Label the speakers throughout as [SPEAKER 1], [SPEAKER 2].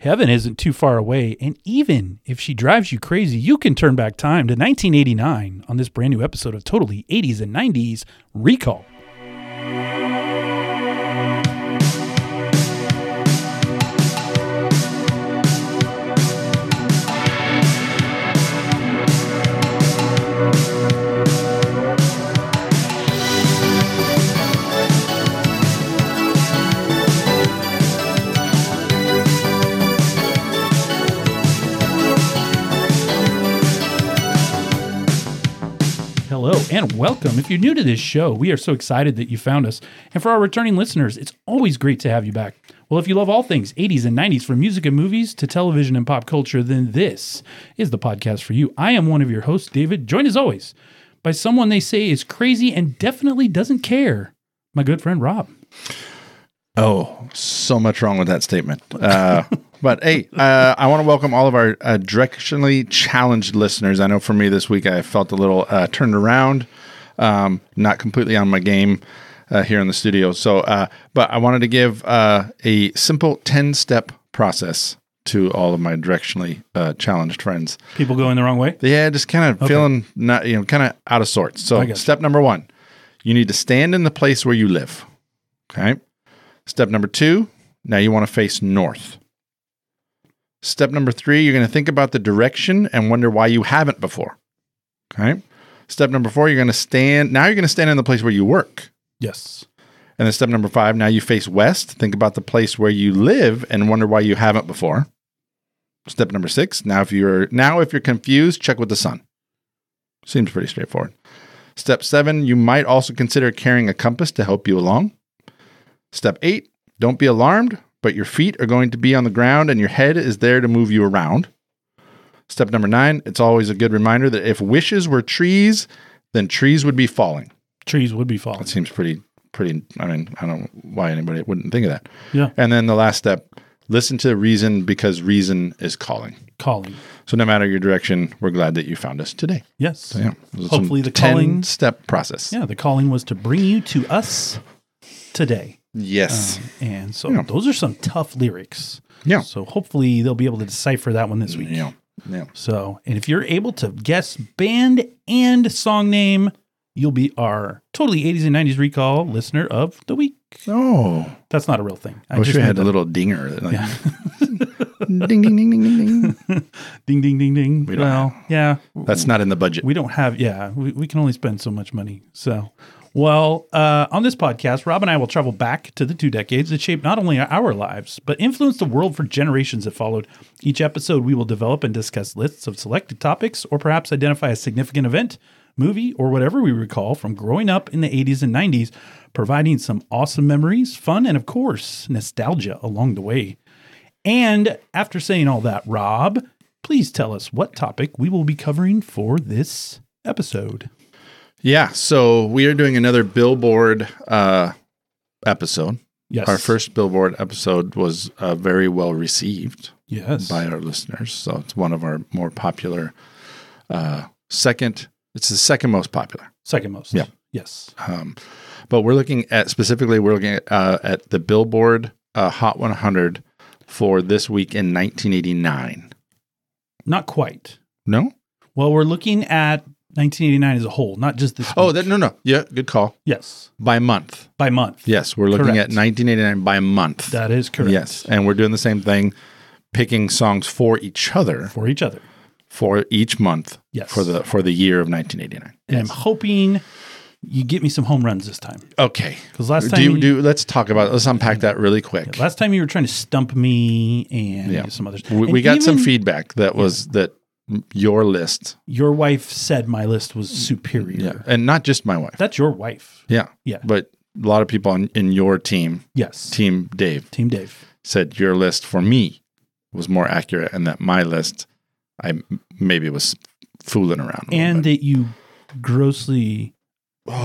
[SPEAKER 1] Heaven isn't too far away, and even if she drives you crazy, you can turn back time to 1989 on this brand new episode of Totally 80s and 90s Recall. Hello and welcome. If you're new to this show, we are so excited that you found us. And for our returning listeners, it's always great to have you back. Well, if you love all things 80s and 90s, from music and movies to television and pop culture, then this is the podcast for you. I am one of your hosts, David, joined as always by someone they say is crazy and definitely doesn't care, my good friend Rob.
[SPEAKER 2] Oh, so much wrong with that statement. Uh, but hey, uh, I want to welcome all of our uh, directionally challenged listeners. I know for me this week, I felt a little uh, turned around, um, not completely on my game uh, here in the studio. So, uh, but I wanted to give uh, a simple 10 step process to all of my directionally uh, challenged friends.
[SPEAKER 1] People going the wrong way?
[SPEAKER 2] Yeah, just kind of feeling not, you know, kind of out of sorts.
[SPEAKER 1] I
[SPEAKER 2] So,
[SPEAKER 1] got you.
[SPEAKER 2] step number one, you need to stand in the place where you live. Okay. Step number two, now you want to face north. Step number three, you're going to think about the direction and wonder why you haven't before. Okay. Step number four, you're going to stand, now you're going to stand in the place where you work.
[SPEAKER 1] Yes.
[SPEAKER 2] And then step number five, now you face west. Think about the place where you live and wonder why you haven't before. Step number six, now if you're now if you're confused, check with the sun. Seems pretty straightforward. Step seven, you might also consider carrying a compass to help you along. Step eight, don't be alarmed, but your feet are going to be on the ground and your head is there to move you around. Step number nine, it's always a good reminder that if wishes were trees, then trees would be falling.
[SPEAKER 1] Trees would be falling.
[SPEAKER 2] That seems pretty, pretty. I mean, I don't know why anybody wouldn't think of that.
[SPEAKER 1] Yeah.
[SPEAKER 2] And then the last step listen to reason because reason is calling.
[SPEAKER 1] Calling.
[SPEAKER 2] So, no matter your direction, we're glad that you found us today.
[SPEAKER 1] Yes.
[SPEAKER 2] Yeah. Those are some
[SPEAKER 1] Hopefully the
[SPEAKER 2] 10
[SPEAKER 1] calling-
[SPEAKER 2] step process.
[SPEAKER 1] Yeah, the calling was to bring you to us today. Uh,
[SPEAKER 2] Yes.
[SPEAKER 1] And so
[SPEAKER 2] Yeah.
[SPEAKER 1] those are some tough lyrics.
[SPEAKER 2] Yeah.
[SPEAKER 1] So hopefully they'll be able to decipher that one this week.
[SPEAKER 2] yeah. Yeah.
[SPEAKER 1] So, and if you're able to guess band and song name, you'll be our totally 80s and 90s recall listener of the week.
[SPEAKER 2] Oh,
[SPEAKER 1] That's not a real thing.
[SPEAKER 2] I, wish we
[SPEAKER 1] made
[SPEAKER 2] had a
[SPEAKER 1] that-
[SPEAKER 2] little dinger. That, like, ding, ding, ding, ding, ding, ding.
[SPEAKER 1] ding, ding, ding, ding.
[SPEAKER 2] don't
[SPEAKER 1] well, yeah,
[SPEAKER 2] That's not in the budget.
[SPEAKER 1] we don't have yeah we, we can only spend so much money so well uh, on this podcast rob and i will travel back to the two decades that shaped not only our lives but influenced the world for generations that followed each episode we will develop and discuss lists of selected topics or perhaps identify a significant event movie or whatever we recall from growing up in the 80s and 90s providing some awesome memories fun and of course nostalgia along the way and after saying all that, Rob, please tell us what topic we will be covering for this episode.
[SPEAKER 2] Yeah. So, we are doing another Billboard uh, episode.
[SPEAKER 1] Yes.
[SPEAKER 2] Our first Billboard episode was uh, very well received.
[SPEAKER 1] Yes.
[SPEAKER 2] by our listeners. So it's one of our more popular. Uh, second, it's the second most popular.
[SPEAKER 1] Second most.
[SPEAKER 2] Yeah.
[SPEAKER 1] Yes.
[SPEAKER 2] Um, but we're looking at specifically, we're looking at, uh, at the Billboard uh, Hot 100 for this week in 1989.
[SPEAKER 1] Not quite.
[SPEAKER 2] No.
[SPEAKER 1] Well, we're looking at 1989 as a whole, not just this.
[SPEAKER 2] Oh,
[SPEAKER 1] week.
[SPEAKER 2] that no, no. Yeah, good call.
[SPEAKER 1] yes.
[SPEAKER 2] By month.
[SPEAKER 1] By month.
[SPEAKER 2] Yes, we're looking
[SPEAKER 1] Correct.
[SPEAKER 2] at 1989 by month.
[SPEAKER 1] That is correct.
[SPEAKER 2] Yes, and we're doing the same thing, picking songs for each other
[SPEAKER 1] For each other.
[SPEAKER 2] for each month
[SPEAKER 1] Yes.
[SPEAKER 2] for the for the year of 1989.
[SPEAKER 1] And I'm hoping you get me some home runs this time.
[SPEAKER 2] Okay.
[SPEAKER 1] 'Cause last
[SPEAKER 2] do
[SPEAKER 1] time
[SPEAKER 2] you,
[SPEAKER 1] you-
[SPEAKER 2] do let's talk about let's unpack that really quick.
[SPEAKER 1] Last time you were trying to stump me and
[SPEAKER 2] Yeah.
[SPEAKER 1] some others.
[SPEAKER 2] we,
[SPEAKER 1] And
[SPEAKER 2] we got some
[SPEAKER 1] even
[SPEAKER 2] feedback that was that your list,
[SPEAKER 1] Your wife said my list was superior.
[SPEAKER 2] yeah, and not just my wife,
[SPEAKER 1] That's your wife.
[SPEAKER 2] yeah,
[SPEAKER 1] Yeah.
[SPEAKER 2] but a lot of people in, in your team,
[SPEAKER 1] Yes.
[SPEAKER 2] team Dave,
[SPEAKER 1] Team Dave.
[SPEAKER 2] said your list for me was more accurate, and that my list, I m- maybe was fooling around, a little
[SPEAKER 1] and
[SPEAKER 2] bit.
[SPEAKER 1] that you grossly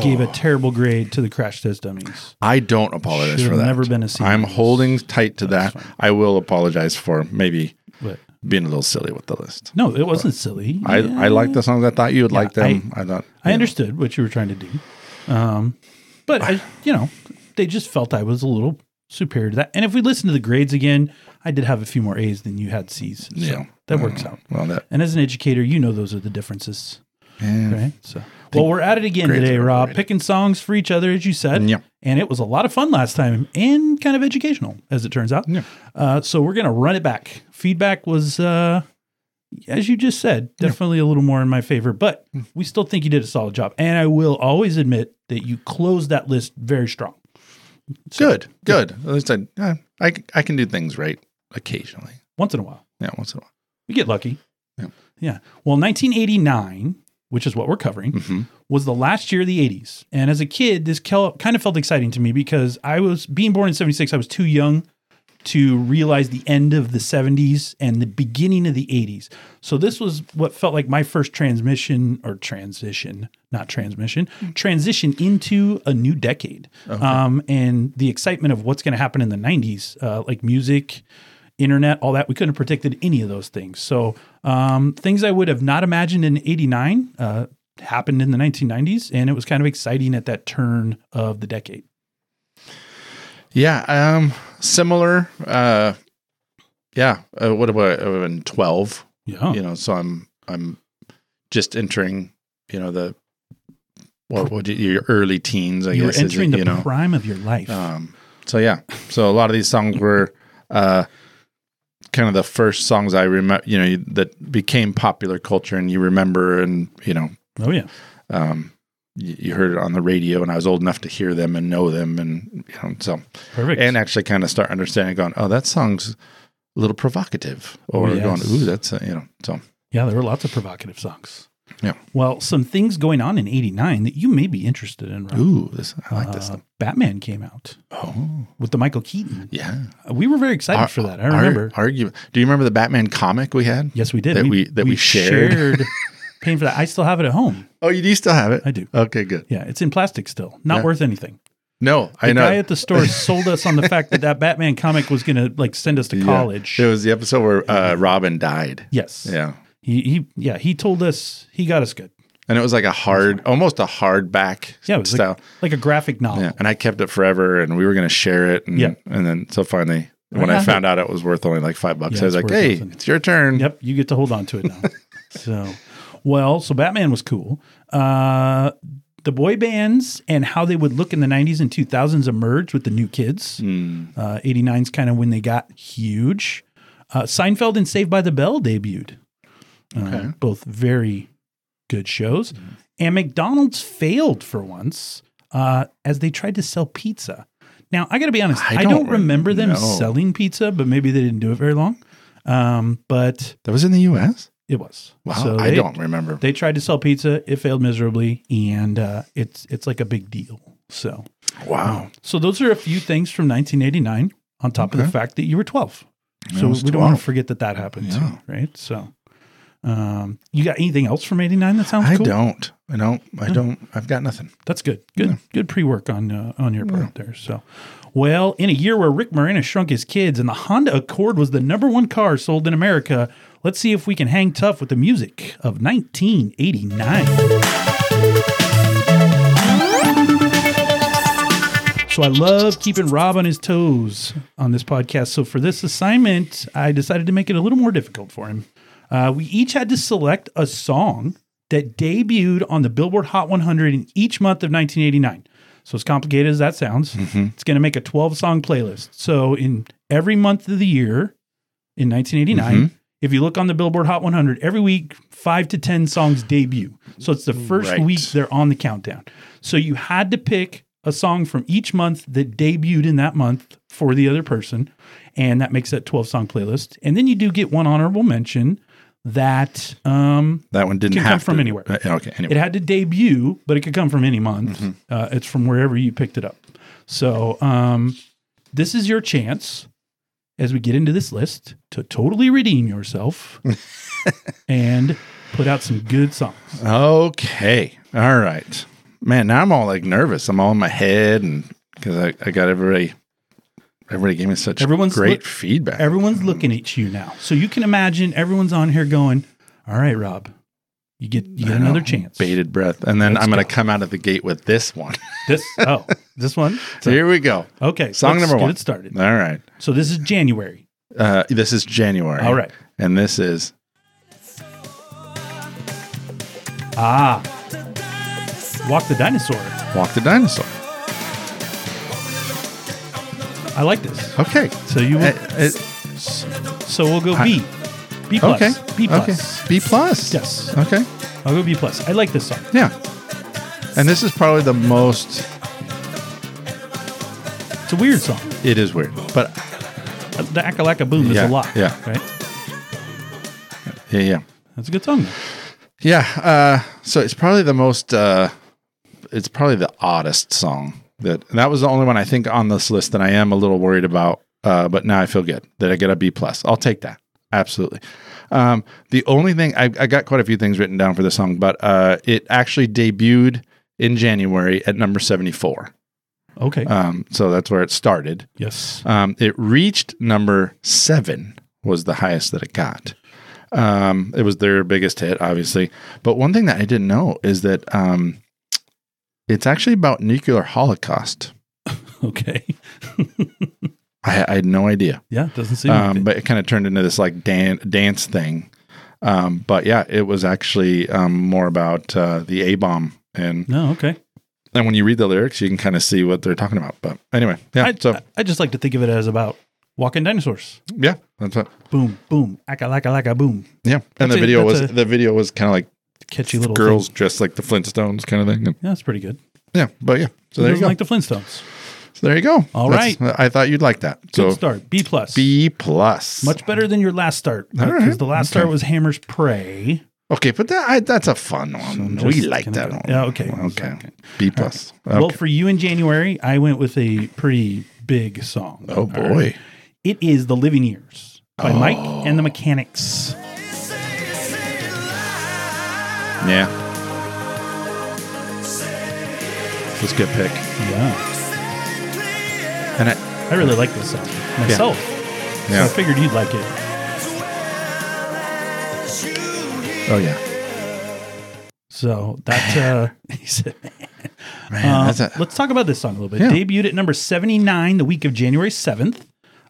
[SPEAKER 1] gave
[SPEAKER 2] Oh.
[SPEAKER 1] a terrible grade to the crash test dummies.
[SPEAKER 2] I don't apologize
[SPEAKER 1] Should
[SPEAKER 2] for
[SPEAKER 1] have
[SPEAKER 2] that.
[SPEAKER 1] never been a C
[SPEAKER 2] I'm
[SPEAKER 1] minus.
[SPEAKER 2] holding tight to
[SPEAKER 1] That's
[SPEAKER 2] that.
[SPEAKER 1] fine.
[SPEAKER 2] I will apologize for maybe
[SPEAKER 1] But
[SPEAKER 2] being a little silly with the list.
[SPEAKER 1] no, it wasn't silly.
[SPEAKER 2] I, I like the songs. I thought you would like
[SPEAKER 1] I-
[SPEAKER 2] them. I, thought
[SPEAKER 1] I
[SPEAKER 2] you know.
[SPEAKER 1] understood what you were trying to do, um, but I, you know, they just felt I was a little superior to that. And if we listen to the grades again, I did have a few more A's than you had C's. So
[SPEAKER 2] Yeah.
[SPEAKER 1] that works out.
[SPEAKER 2] Um, Well, that
[SPEAKER 1] And as an educator, you know those are the differences,
[SPEAKER 2] yeah.
[SPEAKER 1] right? So, well, we're at it again
[SPEAKER 2] grades
[SPEAKER 1] today,
[SPEAKER 2] are
[SPEAKER 1] Rob,
[SPEAKER 2] overrated.
[SPEAKER 1] picking songs for each other, as you said.
[SPEAKER 2] Mm, Yeah.
[SPEAKER 1] And it was a lot of fun last time and kind of educational, as it turns out.
[SPEAKER 2] Yeah.
[SPEAKER 1] Uh, so we're going to run it back. Feedback was, uh, as you just said, definitely a little more in my favor, but
[SPEAKER 2] Hmm.
[SPEAKER 1] we still think you did a solid job. And I will always admit that you closed that list very strong.
[SPEAKER 2] good, good. At least I, yeah, I, c- I can do things right occasionally.
[SPEAKER 1] Once in a while.
[SPEAKER 2] Yeah, once in a while.
[SPEAKER 1] We get lucky.
[SPEAKER 2] Yeah.
[SPEAKER 1] Yeah. Well, 1989, which is what we're covering,
[SPEAKER 2] Mhm.
[SPEAKER 1] was the last year of the 80s. And as a kid, this kel- kind of felt exciting to me because I was being born in 76, I was too young to realize the end of the 70s and the beginning of the 80s. So this was what felt like my first transmission or transition, not transmission, transition into a new decade. Um, and the excitement of what's going to happen in the 90s, uh, like music, internet, all that. We couldn't have predicted any of those things. So um, things I would have not imagined in 89 uh, happened in the 1990s. And it was kind of exciting at that turn of the decade.
[SPEAKER 2] Yeah. Um. Similar. Uh. Yeah. Uh, what about uh, in twelve?
[SPEAKER 1] Yeah.
[SPEAKER 2] You know. So I'm I'm just entering. You know the. What would you, your early teens? I
[SPEAKER 1] you were
[SPEAKER 2] guess is it,
[SPEAKER 1] entering
[SPEAKER 2] you
[SPEAKER 1] the
[SPEAKER 2] know?
[SPEAKER 1] prime of your life.
[SPEAKER 2] Um, so yeah, so a lot of these songs were uh, kind of the first songs I remember, you know, that became popular culture, and you remember, and you know,
[SPEAKER 1] oh, yeah.
[SPEAKER 2] um, you, you heard it on the radio, and I was old enough to hear them and know them, and you know, so
[SPEAKER 1] Perfect.
[SPEAKER 2] and actually kind of start understanding, going, oh, that song's a little provocative, or
[SPEAKER 1] Oh, yes.
[SPEAKER 2] going, ooh, that's a, you know, so
[SPEAKER 1] Yeah, there were lots of provocative songs.
[SPEAKER 2] Yeah.
[SPEAKER 1] Well, some things going on in 89 that you may be interested in. Rob.
[SPEAKER 2] ooh, this I like this.
[SPEAKER 1] Uh, Batman came out
[SPEAKER 2] Oh,
[SPEAKER 1] with the Michael Keaton.
[SPEAKER 2] yeah,
[SPEAKER 1] We were very excited for that. I
[SPEAKER 2] Ar-
[SPEAKER 1] remember.
[SPEAKER 2] argu- Do you remember the Batman comic we had?
[SPEAKER 1] yes, we did.
[SPEAKER 2] that we- that we shared.
[SPEAKER 1] shared paying for that. I still have it at home.
[SPEAKER 2] Oh, you do still have it?
[SPEAKER 1] I do.
[SPEAKER 2] Okay, good.
[SPEAKER 1] Yeah, it's in plastic still. Not
[SPEAKER 2] Yeah.
[SPEAKER 1] worth anything.
[SPEAKER 2] No,
[SPEAKER 1] The
[SPEAKER 2] I know.
[SPEAKER 1] guy at the store sold us on the fact that that Batman comic was going to like send us to
[SPEAKER 2] Yeah.
[SPEAKER 1] college.
[SPEAKER 2] It was the episode where uh, Robin died.
[SPEAKER 1] Yes.
[SPEAKER 2] Yeah.
[SPEAKER 1] He, he yeah, he told us he got us good.
[SPEAKER 2] And it was like a hard, almost a hardback
[SPEAKER 1] Yeah, it was
[SPEAKER 2] style.
[SPEAKER 1] like, like a graphic novel.
[SPEAKER 2] yeah. And I kept it forever and we were going to share it. And,
[SPEAKER 1] Yeah.
[SPEAKER 2] and then so finally,
[SPEAKER 1] I
[SPEAKER 2] when I
[SPEAKER 1] have
[SPEAKER 2] found out it was worth only like five bucks,
[SPEAKER 1] Yeah,
[SPEAKER 2] I was
[SPEAKER 1] it's
[SPEAKER 2] like,
[SPEAKER 1] worth
[SPEAKER 2] hey,
[SPEAKER 1] nothing.
[SPEAKER 2] it's your turn.
[SPEAKER 1] Yep, you get to hold on to it now. so, well, so Batman was cool. Uh, the boy bands and how they would look in the 90s and 2000s emerged with the new kids.
[SPEAKER 2] Mm.
[SPEAKER 1] Uh, 89's kind of when they got huge. Uh, Seinfeld and Saved by the Bell debuted. Uh,
[SPEAKER 2] Okay. Hmm.
[SPEAKER 1] Both very good shows. And McDonald's failed for once uh, as they tried to sell pizza. Now, I got to be honest, I
[SPEAKER 2] I
[SPEAKER 1] don't,
[SPEAKER 2] don't re-
[SPEAKER 1] remember them
[SPEAKER 2] no.
[SPEAKER 1] selling pizza, but maybe they didn't do it very long. Um, but
[SPEAKER 2] That was in the US?
[SPEAKER 1] it was.
[SPEAKER 2] Wow.
[SPEAKER 1] So
[SPEAKER 2] I
[SPEAKER 1] they,
[SPEAKER 2] don't remember.
[SPEAKER 1] They tried to sell pizza. It failed miserably, and uh, it's it's like a big deal. So
[SPEAKER 2] wow.
[SPEAKER 1] so those are a few things from 1989. On top of the
[SPEAKER 2] Okay.
[SPEAKER 1] fact that you were 12,
[SPEAKER 2] Yeah,
[SPEAKER 1] so
[SPEAKER 2] I
[SPEAKER 1] we
[SPEAKER 2] was
[SPEAKER 1] don't want to
[SPEAKER 2] 12.
[SPEAKER 1] forget that that happened
[SPEAKER 2] Yeah.
[SPEAKER 1] too, right? So, um, you got anything else from '89 that sounds
[SPEAKER 2] I
[SPEAKER 1] cool?
[SPEAKER 2] don't. I don't. I don't. I've got nothing.
[SPEAKER 1] That's good. Good good pre-work on uh, on your part there. So, well, in a year where Rick Moranis shrunk his kids and the Honda Accord was the number 1 car sold in America, let's see if we can hang tough with the music of 1989. So I love keeping Rob on his toes on this podcast. So for this assignment, I decided to make it a little more difficult for him. Uh, we each had to select a song that debuted on the Billboard Hot 100 in each month of 1989. So, as complicated as that sounds, it's going to make a 12 song playlist. So, in every month of the year in 1989, if you look on the Billboard Hot 100, every week, five to 10 songs debut. So, it's the first
[SPEAKER 2] Right.
[SPEAKER 1] week they're on the countdown. So, you had to pick a song from each month that debuted in that month for the other person. And that makes that 12 song playlist. And then you do get one honorable mention that um,
[SPEAKER 2] That one didn't
[SPEAKER 1] Can come
[SPEAKER 2] have
[SPEAKER 1] from
[SPEAKER 2] to-
[SPEAKER 1] anywhere.
[SPEAKER 2] Uh, okay. Anyway.
[SPEAKER 1] it had to debut, but it could come from any month.
[SPEAKER 2] Mm-hmm.
[SPEAKER 1] Uh, it's from wherever you picked it up. So um, this is your chance as we get into this list to totally redeem yourself and put out some good songs.
[SPEAKER 2] Okay. All right. Man, now I'm all like nervous. I'm all in my head and because I, I got everybody everybody gave me such
[SPEAKER 1] Everyone's
[SPEAKER 2] great
[SPEAKER 1] look-
[SPEAKER 2] feedback.
[SPEAKER 1] Everyone's looking at you now, so you can imagine everyone's on here going, "All right, Rob, you get you get
[SPEAKER 2] I know.
[SPEAKER 1] another chance."
[SPEAKER 2] Bated breath. And then
[SPEAKER 1] Let's
[SPEAKER 2] I'm gonna
[SPEAKER 1] go.
[SPEAKER 2] come out of the gate with this one.
[SPEAKER 1] This oh This one? So-
[SPEAKER 2] Here we go.
[SPEAKER 1] okay.
[SPEAKER 2] Song
[SPEAKER 1] let's
[SPEAKER 2] number
[SPEAKER 1] get
[SPEAKER 2] one.
[SPEAKER 1] it started.
[SPEAKER 2] All right.
[SPEAKER 1] So this is January.
[SPEAKER 2] Uh, this is January.
[SPEAKER 1] All right.
[SPEAKER 2] And this is
[SPEAKER 1] Ah. Walk the Dinosaur.
[SPEAKER 2] Walk the Dinosaur.
[SPEAKER 1] I like this.
[SPEAKER 2] Okay.
[SPEAKER 1] So you
[SPEAKER 2] Uh, it-
[SPEAKER 1] so we'll go
[SPEAKER 2] I-
[SPEAKER 1] B. B plus.
[SPEAKER 2] okay.
[SPEAKER 1] B plus.
[SPEAKER 2] Okay. B plus.
[SPEAKER 1] Yes.
[SPEAKER 2] Okay.
[SPEAKER 1] I'll go B plus. I like this song.
[SPEAKER 2] Yeah. And this is probably the most.
[SPEAKER 1] It's a weird song.
[SPEAKER 2] It is weird, but
[SPEAKER 1] The Akalaka Boom
[SPEAKER 2] Yeah,
[SPEAKER 1] is a lot.
[SPEAKER 2] yeah.
[SPEAKER 1] Right?
[SPEAKER 2] yeah, yeah,
[SPEAKER 1] That's a good song. though.
[SPEAKER 2] yeah. Uh, so it's probably the most. Uh, it's probably the oddest song that and that was the only one I think on this list that I am a little worried about. Uh, but now I feel good that I get a B plus. I'll take that absolutely. Um, the only thing I, I got quite a few things written down for this song, but uh, it actually debuted in January at number seventy four.
[SPEAKER 1] Okay.
[SPEAKER 2] Um, so that's where it started.
[SPEAKER 1] yes.
[SPEAKER 2] Um, it reached number seven was the highest that it got. Um, it was their biggest hit, obviously. But one thing that I didn't know is that um, it's actually about nuclear holocaust.
[SPEAKER 1] Okay.
[SPEAKER 2] I, I had no idea,
[SPEAKER 1] Yeah. Doesn't seem like
[SPEAKER 2] um,
[SPEAKER 1] it.
[SPEAKER 2] but it kind of turned into this like dan- dance thing. Um, but yeah, it was actually um, more about uh, the A bomb, and
[SPEAKER 1] No. Okay.
[SPEAKER 2] and when you read the lyrics, you can kind of see what they're talking about. But anyway, yeah,
[SPEAKER 1] I,
[SPEAKER 2] so
[SPEAKER 1] I, I just like to think of it as about walking dinosaurs.
[SPEAKER 2] yeah, that's it.
[SPEAKER 1] Boom, boom, akalaka, laka, boom.
[SPEAKER 2] Yeah, and
[SPEAKER 1] That's
[SPEAKER 2] the
[SPEAKER 1] a-
[SPEAKER 2] video
[SPEAKER 1] that's
[SPEAKER 2] was
[SPEAKER 1] a-
[SPEAKER 2] the video was kind of like
[SPEAKER 1] Catchy little
[SPEAKER 2] girls dressed like the Flintstones kind of thing.
[SPEAKER 1] Thing. Yeah, that's pretty good.
[SPEAKER 2] Yeah, but yeah.
[SPEAKER 1] Who
[SPEAKER 2] So there you
[SPEAKER 1] doesn't
[SPEAKER 2] go.
[SPEAKER 1] Like the Flintstones.
[SPEAKER 2] so there you go.
[SPEAKER 1] All
[SPEAKER 2] That's- I thought you'd like that.
[SPEAKER 1] Good
[SPEAKER 2] So
[SPEAKER 1] start. B plus.
[SPEAKER 2] B plus.
[SPEAKER 1] Much better than your last start
[SPEAKER 2] All
[SPEAKER 1] because
[SPEAKER 2] right.
[SPEAKER 1] the last
[SPEAKER 2] Okay.
[SPEAKER 1] start was Hammer's Prey.
[SPEAKER 2] Okay, but that I, that's a fun one.
[SPEAKER 1] So I'm
[SPEAKER 2] we
[SPEAKER 1] just
[SPEAKER 2] like
[SPEAKER 1] gonna
[SPEAKER 2] that
[SPEAKER 1] go-
[SPEAKER 2] one.
[SPEAKER 1] Yeah, okay.
[SPEAKER 2] Okay.
[SPEAKER 1] Okay.
[SPEAKER 2] B plus. Okay.
[SPEAKER 1] Well, for you in January, I went with a pretty big song.
[SPEAKER 2] oh
[SPEAKER 1] All right.
[SPEAKER 2] boy.
[SPEAKER 1] It is The Living Years by Mike and the Mechanics.
[SPEAKER 2] Yeah. That's a good pick.
[SPEAKER 1] Yeah.
[SPEAKER 2] And I,
[SPEAKER 1] I really like this song myself. So
[SPEAKER 2] yeah.
[SPEAKER 1] I figured you'd like it.
[SPEAKER 2] Oh yeah.
[SPEAKER 1] So that uh, he said,
[SPEAKER 2] Man,
[SPEAKER 1] uh,
[SPEAKER 2] that's a,
[SPEAKER 1] let's talk about this song a little bit.
[SPEAKER 2] Yeah.
[SPEAKER 1] Debuted at number 79 the week of January 7th.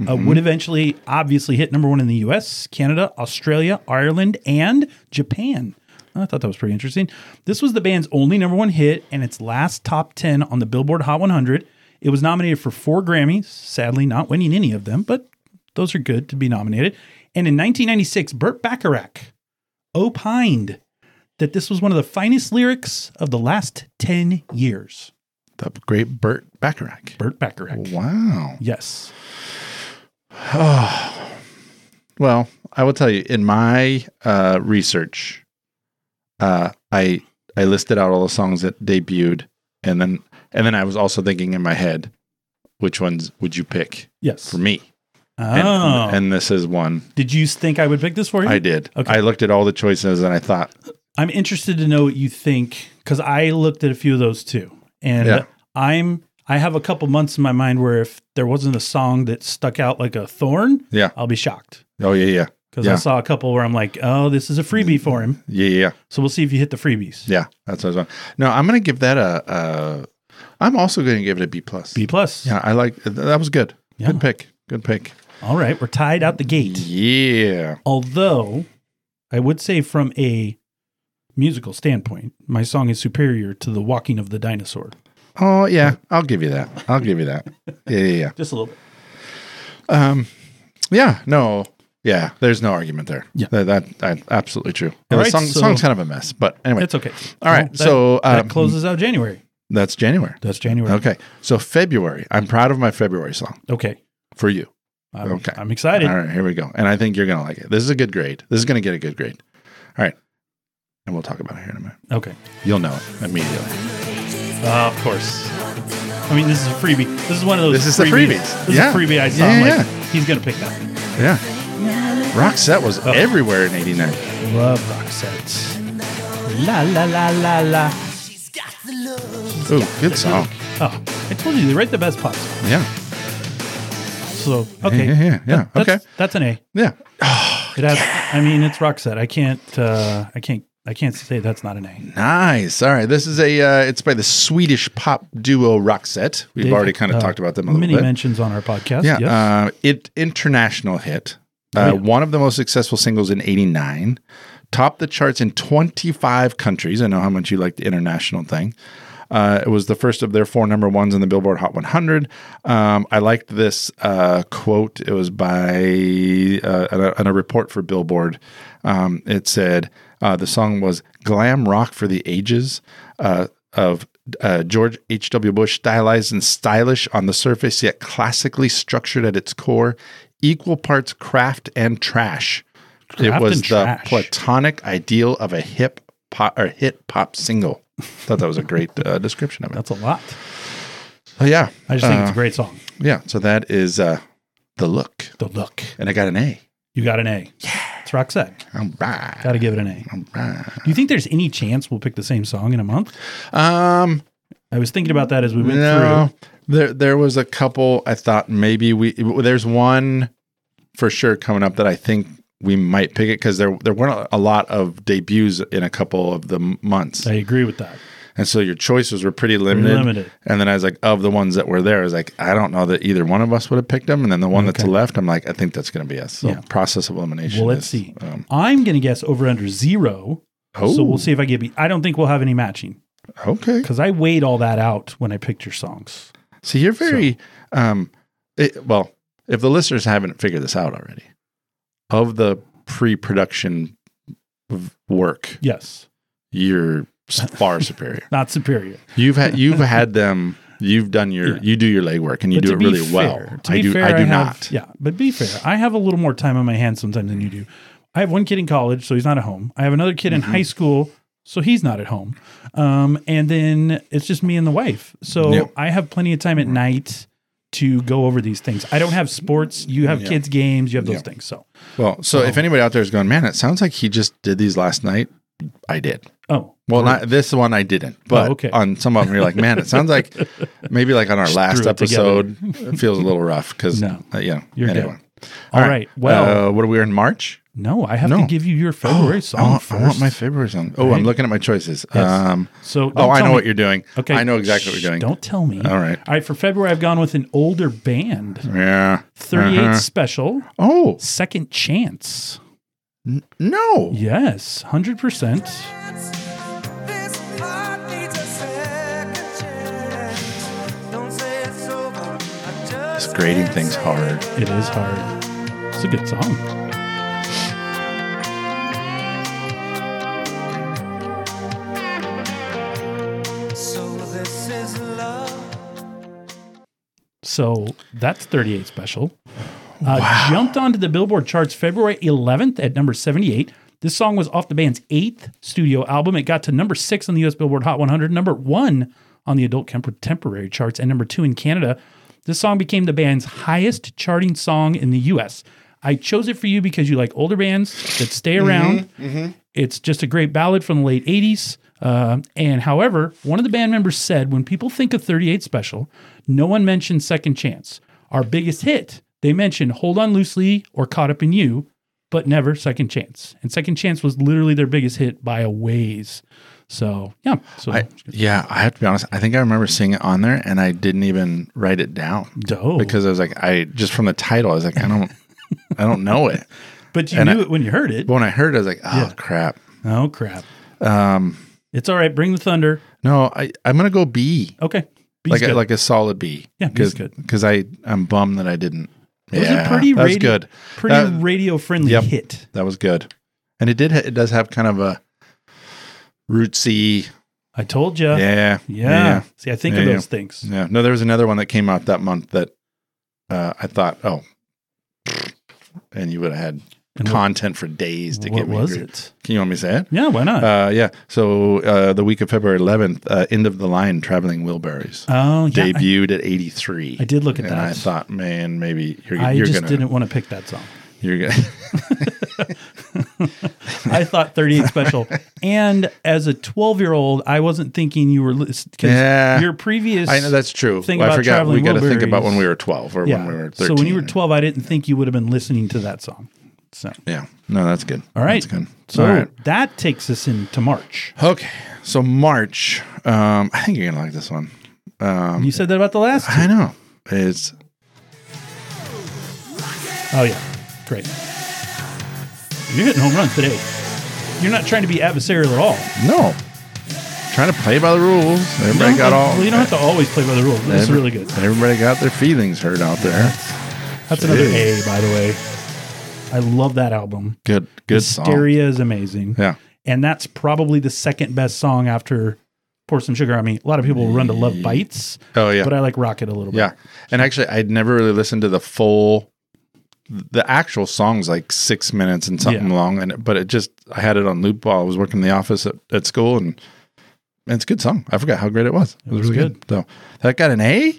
[SPEAKER 1] Uh, would eventually obviously hit number one in the US, Canada, Australia, Ireland, and Japan. I thought that was pretty interesting. This was the band's only number one hit and its last top 10 on the Billboard Hot 100. It was nominated for four Grammys, sadly, not winning any of them, but those are good to be nominated. And in 1996, Burt Bacharach opined that this was one of the finest lyrics of the last 10 years.
[SPEAKER 2] the great Burt Bacharach.
[SPEAKER 1] Burt Bacharach.
[SPEAKER 2] Wow.
[SPEAKER 1] Yes.
[SPEAKER 2] Well, I will tell you in my uh, research, uh, I I listed out all the songs that debuted, and then and then I was also thinking in my head, which ones would you pick
[SPEAKER 1] Yes.
[SPEAKER 2] for me?
[SPEAKER 1] Oh.
[SPEAKER 2] And, and this is one
[SPEAKER 1] did you think I would pick this for you?
[SPEAKER 2] I did.
[SPEAKER 1] Okay.
[SPEAKER 2] I looked at all the choices and I thought,
[SPEAKER 1] I'm interested to know what you think because I looked at a few of those too, and
[SPEAKER 2] Yeah.
[SPEAKER 1] I'm I have a couple months in my mind where if there wasn't a song that stuck out like a thorn,
[SPEAKER 2] yeah,
[SPEAKER 1] I'll be shocked
[SPEAKER 2] oh yeah, yeah,
[SPEAKER 1] because I
[SPEAKER 2] Yeah.
[SPEAKER 1] saw a couple where I'm like, oh, this is a freebie for him.
[SPEAKER 2] yeah, yeah, yeah.
[SPEAKER 1] So we'll see if you hit the freebies.
[SPEAKER 2] yeah. That's what I was on. No, I'm gonna give that a. a I'm also gonna give it a B plus.
[SPEAKER 1] B plus.
[SPEAKER 2] Yeah, I like that was good.
[SPEAKER 1] Yeah.
[SPEAKER 2] Good pick. Good pick.
[SPEAKER 1] All right, we're tied out the gate.
[SPEAKER 2] Yeah.
[SPEAKER 1] Although I would say from a musical standpoint, my song is superior to the Walking of the Dinosaur.
[SPEAKER 2] Oh yeah, I'll give you that. I'll give you that. Yeah, yeah,
[SPEAKER 1] Just a little bit.
[SPEAKER 2] yeah. Um, yeah, no, yeah. There's no argument there.
[SPEAKER 1] Yeah.
[SPEAKER 2] that, that that's absolutely true. And the
[SPEAKER 1] right,
[SPEAKER 2] song,
[SPEAKER 1] so-
[SPEAKER 2] song's kind of a mess, but anyway,
[SPEAKER 1] It's okay.
[SPEAKER 2] all right.
[SPEAKER 1] Well, that-
[SPEAKER 2] so um,
[SPEAKER 1] that closes out January.
[SPEAKER 2] that's January.
[SPEAKER 1] uh, That's January.
[SPEAKER 2] Okay, so February. I'm proud of my February song
[SPEAKER 1] Okay.
[SPEAKER 2] for you.
[SPEAKER 1] I'm,
[SPEAKER 2] Okay.
[SPEAKER 1] I'm excited.
[SPEAKER 2] All right, here we go. And I think you're gonna like it. This is a good grade. This is gonna get a good grade. All right, and we'll talk about it here in a minute.
[SPEAKER 1] Okay.
[SPEAKER 2] You'll know it immediately.
[SPEAKER 1] Uh, of course. I mean, this is a freebie. This is one of those.
[SPEAKER 2] This is the
[SPEAKER 1] freebies.
[SPEAKER 2] freebies.
[SPEAKER 1] This
[SPEAKER 2] Yeah.
[SPEAKER 1] is a freebie I saw.
[SPEAKER 2] Yeah,
[SPEAKER 1] I'm
[SPEAKER 2] yeah,
[SPEAKER 1] like, He's going to pick that.
[SPEAKER 2] Yeah, Roxette was everywhere in '89.
[SPEAKER 1] Love rock sets. La, la, la, la, la.
[SPEAKER 2] Ooh, good song.
[SPEAKER 1] Oh, I told you they write the best pops.
[SPEAKER 2] Yeah,
[SPEAKER 1] So, okay.
[SPEAKER 2] yeah, yeah, yeah.
[SPEAKER 1] That's,
[SPEAKER 2] Okay,
[SPEAKER 1] That's an A.
[SPEAKER 2] yeah.
[SPEAKER 1] It has, I mean, it's rock set. I can't, uh, I can't I can't say that's not an A.
[SPEAKER 2] Nice. All right. This is a. Uh, it's by the Swedish pop duo Roxette. We've
[SPEAKER 1] They've,
[SPEAKER 2] already kind of
[SPEAKER 1] uh,
[SPEAKER 2] talked about them a little
[SPEAKER 1] Many
[SPEAKER 2] bit.
[SPEAKER 1] mentions on our podcast.
[SPEAKER 2] yeah.
[SPEAKER 1] Yes.
[SPEAKER 2] Uh, it international hit. Uh,
[SPEAKER 1] Oh, yeah.
[SPEAKER 2] One of the most successful singles in '89. Topped the charts in 25 countries. I know how much you like the international thing. Uh, it was the first of their four number ones in the Billboard Hot 100. Um, I liked this uh, quote. It was by uh, on, a, on a report for Billboard. Um, it said uh, the song was glam rock for the ages uh, of uh, George H.W. Bush, stylized and stylish on the surface, yet classically structured at its core, equal parts craft and trash. it
[SPEAKER 1] Craft
[SPEAKER 2] was
[SPEAKER 1] and
[SPEAKER 2] the
[SPEAKER 1] trash.
[SPEAKER 2] platonic ideal of a hip pop or hit pop single. Thought that was a great uh, description of it.
[SPEAKER 1] That's a lot.
[SPEAKER 2] Oh yeah,
[SPEAKER 1] I just think it's a great song.
[SPEAKER 2] yeah. So that is uh, the look,
[SPEAKER 1] The look.
[SPEAKER 2] and I got an A.
[SPEAKER 1] You got an A. Yeah. It's Roxette.
[SPEAKER 2] All right.
[SPEAKER 1] Got to give it an A.
[SPEAKER 2] All right.
[SPEAKER 1] Do you think there's any chance we'll pick the same song in a month?
[SPEAKER 2] Um,
[SPEAKER 1] I was thinking about that as we went
[SPEAKER 2] no, there there was a couple. I thought maybe we there's one for sure coming up that I think we might pick it because there there weren't a lot of debuts in a couple of the m- months,
[SPEAKER 1] through. I agree with that.
[SPEAKER 2] and so your choices were pretty limited.
[SPEAKER 1] Limited.
[SPEAKER 2] And then I was like, of the ones that were there, I was like, I don't know that either one of us would have picked them. And then the one that's
[SPEAKER 1] Okay.
[SPEAKER 2] left, I'm like, I think that's going to be us. So
[SPEAKER 1] Yeah.
[SPEAKER 2] process of elimination.
[SPEAKER 1] Well, let's
[SPEAKER 2] is,
[SPEAKER 1] see.
[SPEAKER 2] Um,
[SPEAKER 1] I'm going to guess over under zero.
[SPEAKER 2] oh,
[SPEAKER 1] So we'll see if I get. Be- I don't think we'll have any matching
[SPEAKER 2] Okay.
[SPEAKER 1] because I weighed all that out when I picked your songs.
[SPEAKER 2] So you're very, um, it, well, if the listeners haven't figured this out already, of the pre production work,
[SPEAKER 1] Yes,
[SPEAKER 2] you're s- far superior.
[SPEAKER 1] not superior.
[SPEAKER 2] You've had, you've had them, you've done your,
[SPEAKER 1] Yeah.
[SPEAKER 2] you do your legwork and you
[SPEAKER 1] But
[SPEAKER 2] do
[SPEAKER 1] to
[SPEAKER 2] it
[SPEAKER 1] be
[SPEAKER 2] really
[SPEAKER 1] fair-
[SPEAKER 2] well.
[SPEAKER 1] to
[SPEAKER 2] I
[SPEAKER 1] be
[SPEAKER 2] do,
[SPEAKER 1] fair,
[SPEAKER 2] I do
[SPEAKER 1] have-
[SPEAKER 2] not.
[SPEAKER 1] Yeah, but be fair. I have a little more time on my hands sometimes than you do. I have one kid in college, so he's not at home. I have another kid in
[SPEAKER 2] Mm-hmm.
[SPEAKER 1] high school, so he's not at home. Um, and then it's just me and the wife. So
[SPEAKER 2] Yeah.
[SPEAKER 1] I have plenty of time at night to go over these things. I don't have sports. You have
[SPEAKER 2] Yeah.
[SPEAKER 1] kids' games. You have those
[SPEAKER 2] Yeah.
[SPEAKER 1] things. So
[SPEAKER 2] Well, so
[SPEAKER 1] Oh.
[SPEAKER 2] if anybody out there is going, man, it sounds like he just did these last night. I did.
[SPEAKER 1] oh,
[SPEAKER 2] Well, not this one I didn't, but
[SPEAKER 1] okay.
[SPEAKER 2] on some of them you're like, man, it sounds like maybe like on our last
[SPEAKER 1] threw it
[SPEAKER 2] episode, it feels a little rough because
[SPEAKER 1] No.
[SPEAKER 2] uh, yeah,
[SPEAKER 1] You're good.
[SPEAKER 2] All
[SPEAKER 1] All
[SPEAKER 2] right.
[SPEAKER 1] right. Well-
[SPEAKER 2] uh, what are we in March?
[SPEAKER 1] no, I have
[SPEAKER 2] No.
[SPEAKER 1] to give you your February
[SPEAKER 2] I
[SPEAKER 1] song
[SPEAKER 2] want,
[SPEAKER 1] first.
[SPEAKER 2] I want my February song. Oh, I'm
[SPEAKER 1] Right.
[SPEAKER 2] looking at my choices.
[SPEAKER 1] Yes.
[SPEAKER 2] Um,
[SPEAKER 1] so
[SPEAKER 2] oh,
[SPEAKER 1] don't
[SPEAKER 2] I
[SPEAKER 1] tell
[SPEAKER 2] know
[SPEAKER 1] me-
[SPEAKER 2] what you're doing.
[SPEAKER 1] Okay,
[SPEAKER 2] I know exactly what you're
[SPEAKER 1] Shh,
[SPEAKER 2] doing.
[SPEAKER 1] Don't tell me.
[SPEAKER 2] All right.
[SPEAKER 1] All right. For February, I've gone with an older band,
[SPEAKER 2] Yeah.
[SPEAKER 1] 38
[SPEAKER 2] Uh-huh.
[SPEAKER 1] special.
[SPEAKER 2] Oh
[SPEAKER 1] Second Chance.
[SPEAKER 2] no.
[SPEAKER 1] Yes, 100%.
[SPEAKER 3] This heart needs a second chance. Don't say it's over. I just
[SPEAKER 2] This grading
[SPEAKER 3] can't
[SPEAKER 2] thing's
[SPEAKER 3] say
[SPEAKER 2] hard.
[SPEAKER 1] It is hard. It's a good song.
[SPEAKER 3] So this is love.
[SPEAKER 1] So that's 38 special. Uh, Jumped onto the Billboard charts February 11th at number 78. This song was off the band's eighth studio album. It got to number six on the US Billboard Hot 100, number one on the adult contemporary charts, and number two in Canada. This song became the band's highest charting song in the US. I chose it for you because you like older bands that stay around. It's just a great ballad from the late 80s. Uh, and however, one of the band members said when people think of 38 Special, no one mentions Second Chance. Our biggest hit, they mentioned Hold On Loosely or Caught Up in You, but never Second Chance. And Second Chance was literally their biggest hit by a ways. So, yeah. So,
[SPEAKER 2] I, yeah, I have to be honest. I think I remember seeing it on there, and I didn't even write it down.
[SPEAKER 1] dope.
[SPEAKER 2] because I was like, I just from the title, I was like, I don't, I don't know it.
[SPEAKER 1] but you
[SPEAKER 2] and
[SPEAKER 1] knew
[SPEAKER 2] I-
[SPEAKER 1] it when you heard it.
[SPEAKER 2] But when I heard, it, I was like, oh
[SPEAKER 1] Yeah.
[SPEAKER 2] crap.
[SPEAKER 1] oh, crap. Um, it's all right. Bring the thunder.
[SPEAKER 2] No, I, I'm gonna go B,
[SPEAKER 1] Okay. B's
[SPEAKER 2] like a,
[SPEAKER 1] good.
[SPEAKER 2] like a solid B.
[SPEAKER 1] Yeah, B's good.
[SPEAKER 2] Because I I'm bummed that I didn't.
[SPEAKER 1] it was a pretty,
[SPEAKER 2] that was
[SPEAKER 1] radio,
[SPEAKER 2] good.
[SPEAKER 1] pretty
[SPEAKER 2] That-
[SPEAKER 1] radio friendly
[SPEAKER 2] uh, Yep.
[SPEAKER 1] hit.
[SPEAKER 2] That was good, and it did. ha- It does have kind of a rootsy.
[SPEAKER 1] I told you.
[SPEAKER 2] yeah,
[SPEAKER 1] Uh, Yeah. See, I think
[SPEAKER 2] Yeah,
[SPEAKER 1] of
[SPEAKER 2] yeah.
[SPEAKER 1] those things.
[SPEAKER 2] yeah. No, there was another one that came out that month that uh, I thought, oh, and you would have had
[SPEAKER 1] And what-
[SPEAKER 2] content for days to
[SPEAKER 1] what
[SPEAKER 2] get me.
[SPEAKER 1] was
[SPEAKER 2] through.
[SPEAKER 1] it?
[SPEAKER 2] Can you want me to say it?
[SPEAKER 1] Yeah, why not?
[SPEAKER 2] Uh, yeah. So uh, the week of February 11th, uh, end of the line, traveling Wilburys
[SPEAKER 1] oh, yeah. I-
[SPEAKER 2] debuted at 83.
[SPEAKER 1] I, did look at
[SPEAKER 2] and
[SPEAKER 1] that.
[SPEAKER 2] I thought, man, maybe you're,
[SPEAKER 1] I
[SPEAKER 2] you're
[SPEAKER 1] just
[SPEAKER 2] gonna,
[SPEAKER 1] didn't want to pick that song.
[SPEAKER 2] you're gonna,
[SPEAKER 1] I thought 38 special. And as a 12 year old, I wasn't thinking you were, because
[SPEAKER 2] Yeah.
[SPEAKER 1] your previous.
[SPEAKER 2] I know that's true.
[SPEAKER 1] Think
[SPEAKER 2] Well, I
[SPEAKER 1] about
[SPEAKER 2] forgot we
[SPEAKER 1] Traveling
[SPEAKER 2] got to think
[SPEAKER 1] Wilburys.
[SPEAKER 2] about when we were 12 or
[SPEAKER 1] yeah.
[SPEAKER 2] when we were 13.
[SPEAKER 1] so when you were 12, I didn't think you would have been listening to that song. So,
[SPEAKER 2] Yeah. No, that's good.
[SPEAKER 1] all right.
[SPEAKER 2] That's good.
[SPEAKER 1] So
[SPEAKER 2] All right.
[SPEAKER 1] that takes us into March.
[SPEAKER 2] Okay. So March. Um, I think you're gonna like this one. Um,
[SPEAKER 1] You said that about the last. two.
[SPEAKER 2] I know. It's
[SPEAKER 1] Oh yeah, great. You're hitting home runs today. You're not trying to be adversarial at all.
[SPEAKER 2] no. Trying to play by the rules. Everybody
[SPEAKER 1] You don't-
[SPEAKER 2] got all.
[SPEAKER 1] Well, you don't have to always play by the rules. This is
[SPEAKER 2] every-
[SPEAKER 1] really good.
[SPEAKER 2] Everybody got their feelings hurt out there.
[SPEAKER 1] That's another A,
[SPEAKER 2] Jeez.
[SPEAKER 1] by the way. I love that album.
[SPEAKER 2] Good. Good song.
[SPEAKER 1] Hysteria is amazing.
[SPEAKER 2] Yeah.
[SPEAKER 1] And that's probably the second best song after Pour Some Sugar on Me. A lot of people run to Love Bites,
[SPEAKER 2] Oh yeah.
[SPEAKER 1] but I like Rocket a little bit.
[SPEAKER 2] Yeah. And actually, I'd never really listened to the full, the actual song's like six minutes and something
[SPEAKER 1] Yeah.
[SPEAKER 2] long. And, but it just, I had it on loop while I was working in the office at, at school. And, and it's a good song. I forgot how great it was. It, was,
[SPEAKER 1] was
[SPEAKER 2] really good. So that got an A?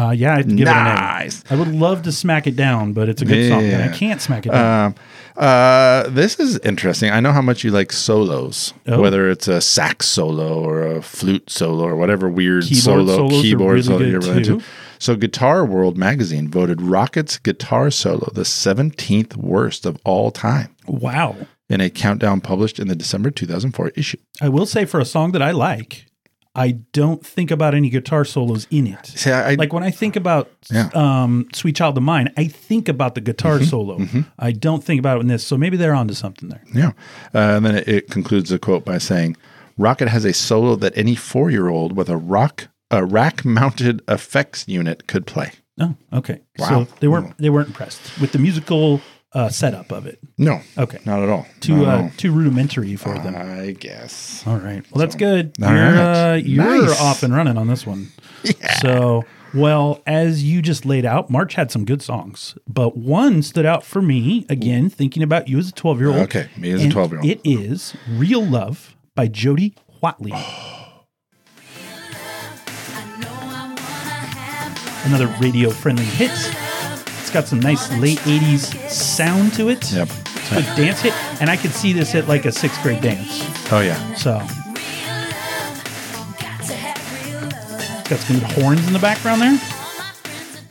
[SPEAKER 1] Uh, yeah, I'd give it an A.
[SPEAKER 2] Nice.
[SPEAKER 1] I would love to smack it down, but it's a good song, and I
[SPEAKER 2] Yeah.
[SPEAKER 1] can't smack it down.
[SPEAKER 2] Um, uh, this is interesting. I know how much you like solos,
[SPEAKER 1] Oh.
[SPEAKER 2] whether it's a sax solo or a flute solo or whatever weird
[SPEAKER 1] Keyboard
[SPEAKER 2] solo,
[SPEAKER 1] solos are
[SPEAKER 2] keyboard
[SPEAKER 1] really
[SPEAKER 2] solo
[SPEAKER 1] good
[SPEAKER 2] you're really
[SPEAKER 1] too.
[SPEAKER 2] into. So, Guitar World magazine voted Rocket's guitar solo the 17th worst of all time
[SPEAKER 1] wow.
[SPEAKER 2] in a countdown published in the December 2004 issue.
[SPEAKER 1] I will say for a song that I like, I don't think about any guitar solos in it.
[SPEAKER 2] See, I, I
[SPEAKER 1] like when I think about
[SPEAKER 2] Yeah. Mm-hmm.
[SPEAKER 1] um, "Sweet Child of Mine," I think about the guitar solo. I don't think about it in this, so maybe they're onto something there.
[SPEAKER 2] Yeah. Uh, and then it, it concludes the quote by saying, "Rocket has a solo that any four-year-old with a rock a rack-mounted effects unit could play."
[SPEAKER 1] Oh, okay.
[SPEAKER 2] Wow.
[SPEAKER 1] So they weren't they weren't impressed with the musical uh, setup of it.
[SPEAKER 2] No,
[SPEAKER 1] Okay,
[SPEAKER 2] not at all.
[SPEAKER 1] too
[SPEAKER 2] Not at
[SPEAKER 1] uh, too rudimentary for
[SPEAKER 2] all.
[SPEAKER 1] them.
[SPEAKER 2] I guess.
[SPEAKER 1] All right. Well, that's good.
[SPEAKER 2] All
[SPEAKER 1] you're
[SPEAKER 2] right.
[SPEAKER 1] uh, you're
[SPEAKER 2] Nice.
[SPEAKER 1] off and running on this one. So, well, as you just laid out, March had some good songs, but one stood out for me again. Thinking about you as a twelve year old.
[SPEAKER 2] Okay, me as a 12-year-old.
[SPEAKER 1] It is "Real Love" by Jody Watley.
[SPEAKER 2] Oh.
[SPEAKER 1] Another radio friendly hit. It's got some nice late '80s sound to it.
[SPEAKER 2] Yep.
[SPEAKER 1] It's a good dance hit, and I could see this at like a sixth grade dance.
[SPEAKER 2] Oh yeah.
[SPEAKER 1] So Got some good horns in the background there.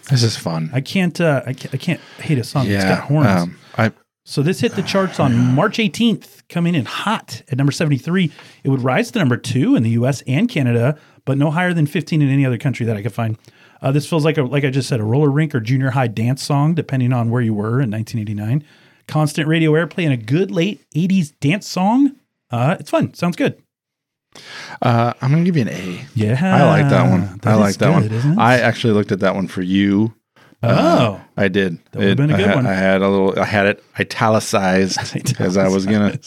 [SPEAKER 2] This is fun.
[SPEAKER 1] I can't, uh, I can't, I can't hate a song that's got
[SPEAKER 2] yeah.
[SPEAKER 1] horns.
[SPEAKER 2] um, I
[SPEAKER 1] so this hit the charts on March 18th, coming in hot at number 73. It would rise to number two in the U.S. and Canada, but no higher than 15 in any other country that I could find. Uh, this feels like, a, like I just said, a roller rink or junior high dance song, depending on where you were in 1989. Constant radio airplay and a good late 80s dance song. Uh, it's fun. Sounds good.
[SPEAKER 2] uh, I'm gonna give you an A.
[SPEAKER 1] Yeah,
[SPEAKER 2] I like that one. I
[SPEAKER 1] is
[SPEAKER 2] like that
[SPEAKER 1] good,
[SPEAKER 2] one.
[SPEAKER 1] isn't it?
[SPEAKER 2] I actually looked at that one for you.
[SPEAKER 1] oh.
[SPEAKER 2] I did.
[SPEAKER 1] That would've
[SPEAKER 2] It-
[SPEAKER 1] been a
[SPEAKER 2] I
[SPEAKER 1] good
[SPEAKER 2] had-
[SPEAKER 1] one.
[SPEAKER 2] I had a little. I had it italicized because I was gonna,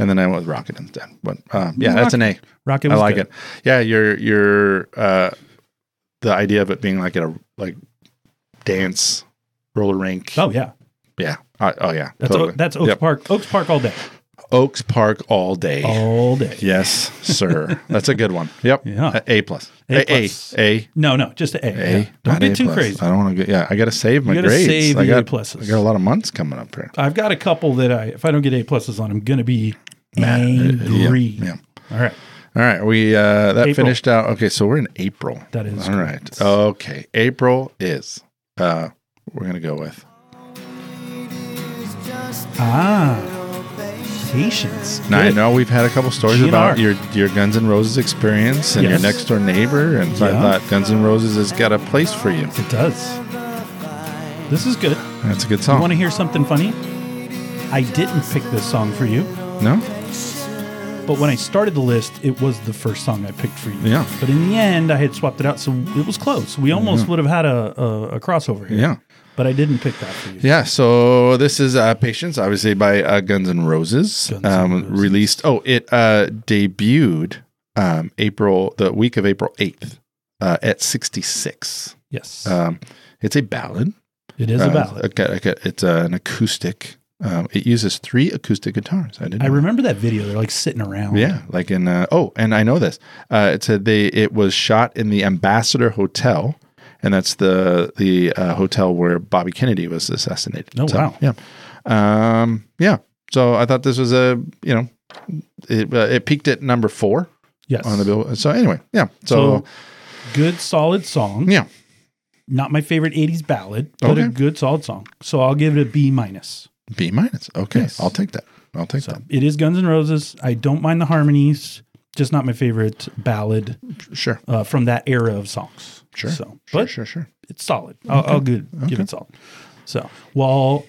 [SPEAKER 2] and then I went with Rocket instead. But uh, yeah, that's an A.
[SPEAKER 1] Rocket
[SPEAKER 2] I
[SPEAKER 1] was
[SPEAKER 2] like
[SPEAKER 1] good.
[SPEAKER 2] it. Yeah, your your uh, the idea of it being like at a like dance roller rink.
[SPEAKER 1] Oh yeah,
[SPEAKER 2] Yeah. I, oh yeah.
[SPEAKER 1] that's
[SPEAKER 2] totally.
[SPEAKER 1] o- that's Oaks
[SPEAKER 2] Yep.
[SPEAKER 1] Park. Oaks Park all day,
[SPEAKER 2] Oaks Park all day.
[SPEAKER 1] all day.
[SPEAKER 2] Yes, sir. that's a good one. Yep.
[SPEAKER 1] Yeah.
[SPEAKER 2] A, a plus.
[SPEAKER 1] A
[SPEAKER 2] A
[SPEAKER 1] plus.
[SPEAKER 2] A A.
[SPEAKER 1] No, no, just an A.
[SPEAKER 2] A.
[SPEAKER 1] Yeah. Don't
[SPEAKER 2] not
[SPEAKER 1] get
[SPEAKER 2] A
[SPEAKER 1] too
[SPEAKER 2] plus. Uh,
[SPEAKER 1] crazy.
[SPEAKER 2] I don't want to get. Yeah, I got to save my
[SPEAKER 1] You gotta
[SPEAKER 2] grades.
[SPEAKER 1] save
[SPEAKER 2] I
[SPEAKER 1] your
[SPEAKER 2] got,
[SPEAKER 1] A pluses.
[SPEAKER 2] I got a lot of months coming up here.
[SPEAKER 1] I've got a couple that I, if I don't get A pluses on, I'm gonna be angry.
[SPEAKER 2] Uh, Yeah.
[SPEAKER 1] All right,
[SPEAKER 2] All right, we uh that
[SPEAKER 1] April.
[SPEAKER 2] finished out. Okay, so we're in April.
[SPEAKER 1] That is
[SPEAKER 2] all right.
[SPEAKER 1] correct.
[SPEAKER 2] Okay, April is uh we're gonna go with
[SPEAKER 1] ah, patience.
[SPEAKER 2] Now, I
[SPEAKER 1] Good.
[SPEAKER 2] know we've had a couple stories
[SPEAKER 1] GNR.
[SPEAKER 2] about your your Guns N' Roses experience and
[SPEAKER 1] Yes.
[SPEAKER 2] your next door neighbor, and so
[SPEAKER 1] Yeah.
[SPEAKER 2] I thought Guns N' Roses has got a place for you.
[SPEAKER 1] It does. This is good.
[SPEAKER 2] That's a good
[SPEAKER 1] You want
[SPEAKER 2] song.
[SPEAKER 1] to hear something funny? I didn't pick this song for you,
[SPEAKER 2] no,
[SPEAKER 1] but when I started the list, it was the first song I picked for you.
[SPEAKER 2] Yeah.
[SPEAKER 1] But in the end, I had swapped it out, so it was close. We almost would have had a, a, a crossover here.
[SPEAKER 2] yeah,
[SPEAKER 1] But I didn't pick that for you.
[SPEAKER 2] yeah. So this is uh, "Patience," obviously by uh, Guns N' Roses,
[SPEAKER 1] Guns N'
[SPEAKER 2] um,
[SPEAKER 1] Roses.
[SPEAKER 2] released. Oh, it uh, debuted um, April the week of April eighth uh, at sixty six.
[SPEAKER 1] Yes.
[SPEAKER 2] Um, it's a ballad.
[SPEAKER 1] it is a
[SPEAKER 2] Uh,
[SPEAKER 1] ballad.
[SPEAKER 2] okay, okay. It's uh, an acoustic. Um, it uses three acoustic guitars. I didn't.
[SPEAKER 1] I
[SPEAKER 2] know that.
[SPEAKER 1] remember that video. They're like sitting around.
[SPEAKER 2] Yeah, like in uh, oh, and I know this. Uh, it said they it was shot in the Ambassador Hotel, and that's the the uh, hotel where Bobby Kennedy was assassinated.
[SPEAKER 1] Oh,
[SPEAKER 2] So,
[SPEAKER 1] wow.
[SPEAKER 2] Yeah, um, yeah. So I thought this was a you know it uh, it peaked at number four
[SPEAKER 1] Yes.
[SPEAKER 2] on the bill. So anyway, yeah.
[SPEAKER 1] So,
[SPEAKER 2] So,
[SPEAKER 1] good, solid song.
[SPEAKER 2] yeah,
[SPEAKER 1] Not my favorite 80s ballad, but a
[SPEAKER 2] Okay.
[SPEAKER 1] good, solid song. So I'll give it a B minus.
[SPEAKER 2] B minus. Okay,
[SPEAKER 1] Yes.
[SPEAKER 2] I'll take that. I'll take
[SPEAKER 1] So it is Guns N' Roses. I don't mind the harmonies, just not my favorite ballad
[SPEAKER 2] that. Sure.
[SPEAKER 1] uh, from that era of songs.
[SPEAKER 2] Sure.
[SPEAKER 1] So,
[SPEAKER 2] sure.
[SPEAKER 1] but
[SPEAKER 2] Sure. Sure.
[SPEAKER 1] it's solid. I'll, I'll good, give it solid. So, well,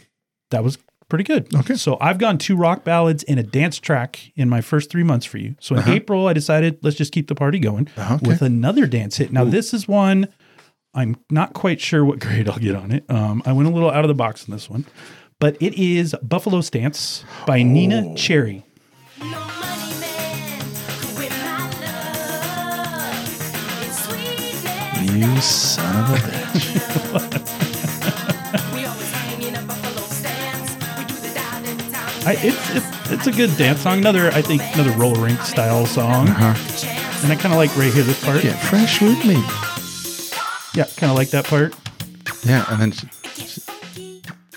[SPEAKER 1] that was pretty good.
[SPEAKER 2] Okay.
[SPEAKER 1] So I've gone two rock ballads and a dance track in my first three months for you. So in April, I decided let's just keep the party going
[SPEAKER 2] Uh-huh. Okay.
[SPEAKER 1] with another dance hit. Now this is one I'm not quite sure what grade I'll get on it. Um, I went a little out of the box on this one, but it is Buffalo Stance by
[SPEAKER 2] Oh.
[SPEAKER 1] Nina Cherry.
[SPEAKER 4] No money man could win my love. It's sweetness.
[SPEAKER 2] You son of a bitch.
[SPEAKER 4] We always hang in a buffalo stance. We do the down in town.
[SPEAKER 1] I, it's, it's it's a good dance song. Another I think another roller rink style song,
[SPEAKER 2] Uh-huh.
[SPEAKER 1] and I kind of like right here this part.
[SPEAKER 2] Get fresh with me.
[SPEAKER 1] Yeah, kind of like that part.
[SPEAKER 2] Yeah, and then. she-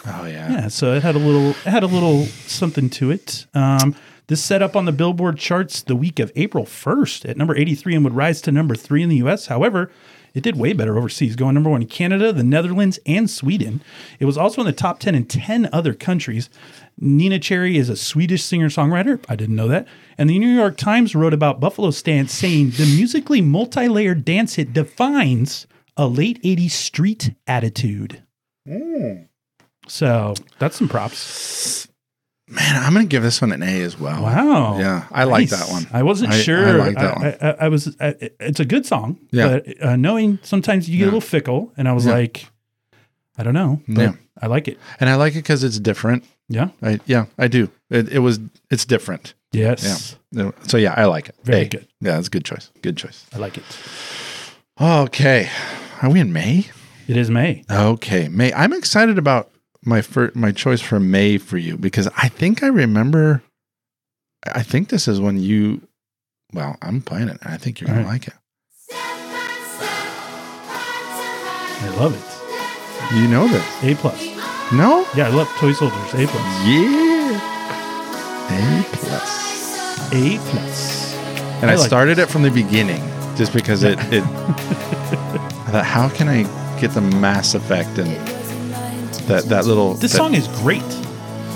[SPEAKER 2] Oh yeah.
[SPEAKER 1] Yeah, so it had a little it had a little something to it. Um, this set up on the Billboard charts the week of April 1st at number 83 and would rise to number 3 in the US. However, it did way better overseas, going number 1 in Canada, the Netherlands, and Sweden. It was also in the top 10 in 10 other countries. Nina Cherry is a Swedish singer-songwriter. I didn't know that. And the New York Times wrote about Buffalo Stance saying the musically multi-layered dance hit defines a late 80s street attitude. So that's some props.
[SPEAKER 2] Man, I'm gonna give this one an A as well.
[SPEAKER 1] Wow.
[SPEAKER 2] Yeah, I like
[SPEAKER 1] Nice.
[SPEAKER 2] that one.
[SPEAKER 1] I wasn't
[SPEAKER 2] I- I
[SPEAKER 1] sure. I,
[SPEAKER 2] like that one.
[SPEAKER 1] I, I was. I, it's a good song.
[SPEAKER 2] Yeah.
[SPEAKER 1] But uh, knowing sometimes you get a little fickle, and I was
[SPEAKER 2] Yeah.
[SPEAKER 1] like, I don't know. But
[SPEAKER 2] Yeah.
[SPEAKER 1] I like it.
[SPEAKER 2] And I like it because it's different.
[SPEAKER 1] Yeah.
[SPEAKER 2] I yeah, I do. It, it was it's different. Yeah.
[SPEAKER 1] Yes.
[SPEAKER 2] So yeah, I like it.
[SPEAKER 1] Very good.
[SPEAKER 2] Yeah, that's a good choice. Good choice.
[SPEAKER 1] I like it.
[SPEAKER 2] Okay. Are we in May?
[SPEAKER 1] It is May.
[SPEAKER 2] Okay, May. I'm excited about my fir- my choice for May for you because I think I remember. I think this is when you. Well, I'm playing it. and I think you're gonna
[SPEAKER 1] All right.
[SPEAKER 2] like it.
[SPEAKER 1] I love it.
[SPEAKER 2] You know this?
[SPEAKER 1] A plus.
[SPEAKER 2] No?
[SPEAKER 1] Yeah, I love Toy Soldiers. A plus.
[SPEAKER 2] Yeah. A plus.
[SPEAKER 1] A plus.
[SPEAKER 2] And I,
[SPEAKER 1] I like
[SPEAKER 2] started it from the beginning just because it it. I thought, how can I get the Mass Effect and that that little
[SPEAKER 1] This
[SPEAKER 2] that,
[SPEAKER 1] song is great.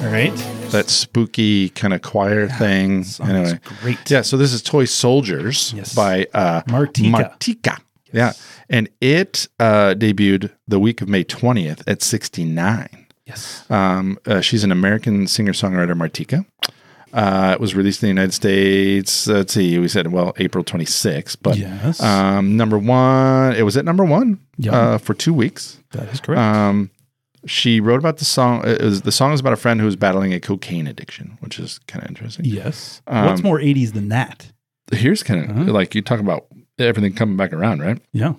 [SPEAKER 1] All right.
[SPEAKER 2] that spooky kind of choir thing.
[SPEAKER 1] This song
[SPEAKER 2] Anyway.
[SPEAKER 1] is great.
[SPEAKER 2] Yeah, so this is Toy Soldiers
[SPEAKER 1] Yes.
[SPEAKER 2] by uh,
[SPEAKER 1] Martika.
[SPEAKER 2] Martika. Yeah, and it uh, debuted the week of May 20th at 69.
[SPEAKER 1] Yes.
[SPEAKER 2] Um, uh, she's an American singer songwriter, Martika. Uh, it was released in the United States. Let's see, we said, well, April 26th, but
[SPEAKER 1] Yes.
[SPEAKER 2] um, number one, it was at number one
[SPEAKER 1] Yeah.
[SPEAKER 2] uh, for two weeks.
[SPEAKER 1] that is correct.
[SPEAKER 2] Um, she wrote about the song. It was, the song is about a friend who was battling a cocaine addiction, which is kind of interesting.
[SPEAKER 1] yes. What's
[SPEAKER 2] um,
[SPEAKER 1] more 80s than that?
[SPEAKER 2] here's kind of
[SPEAKER 1] Huh?
[SPEAKER 2] like you talk about everything coming back around, right?
[SPEAKER 1] Yeah.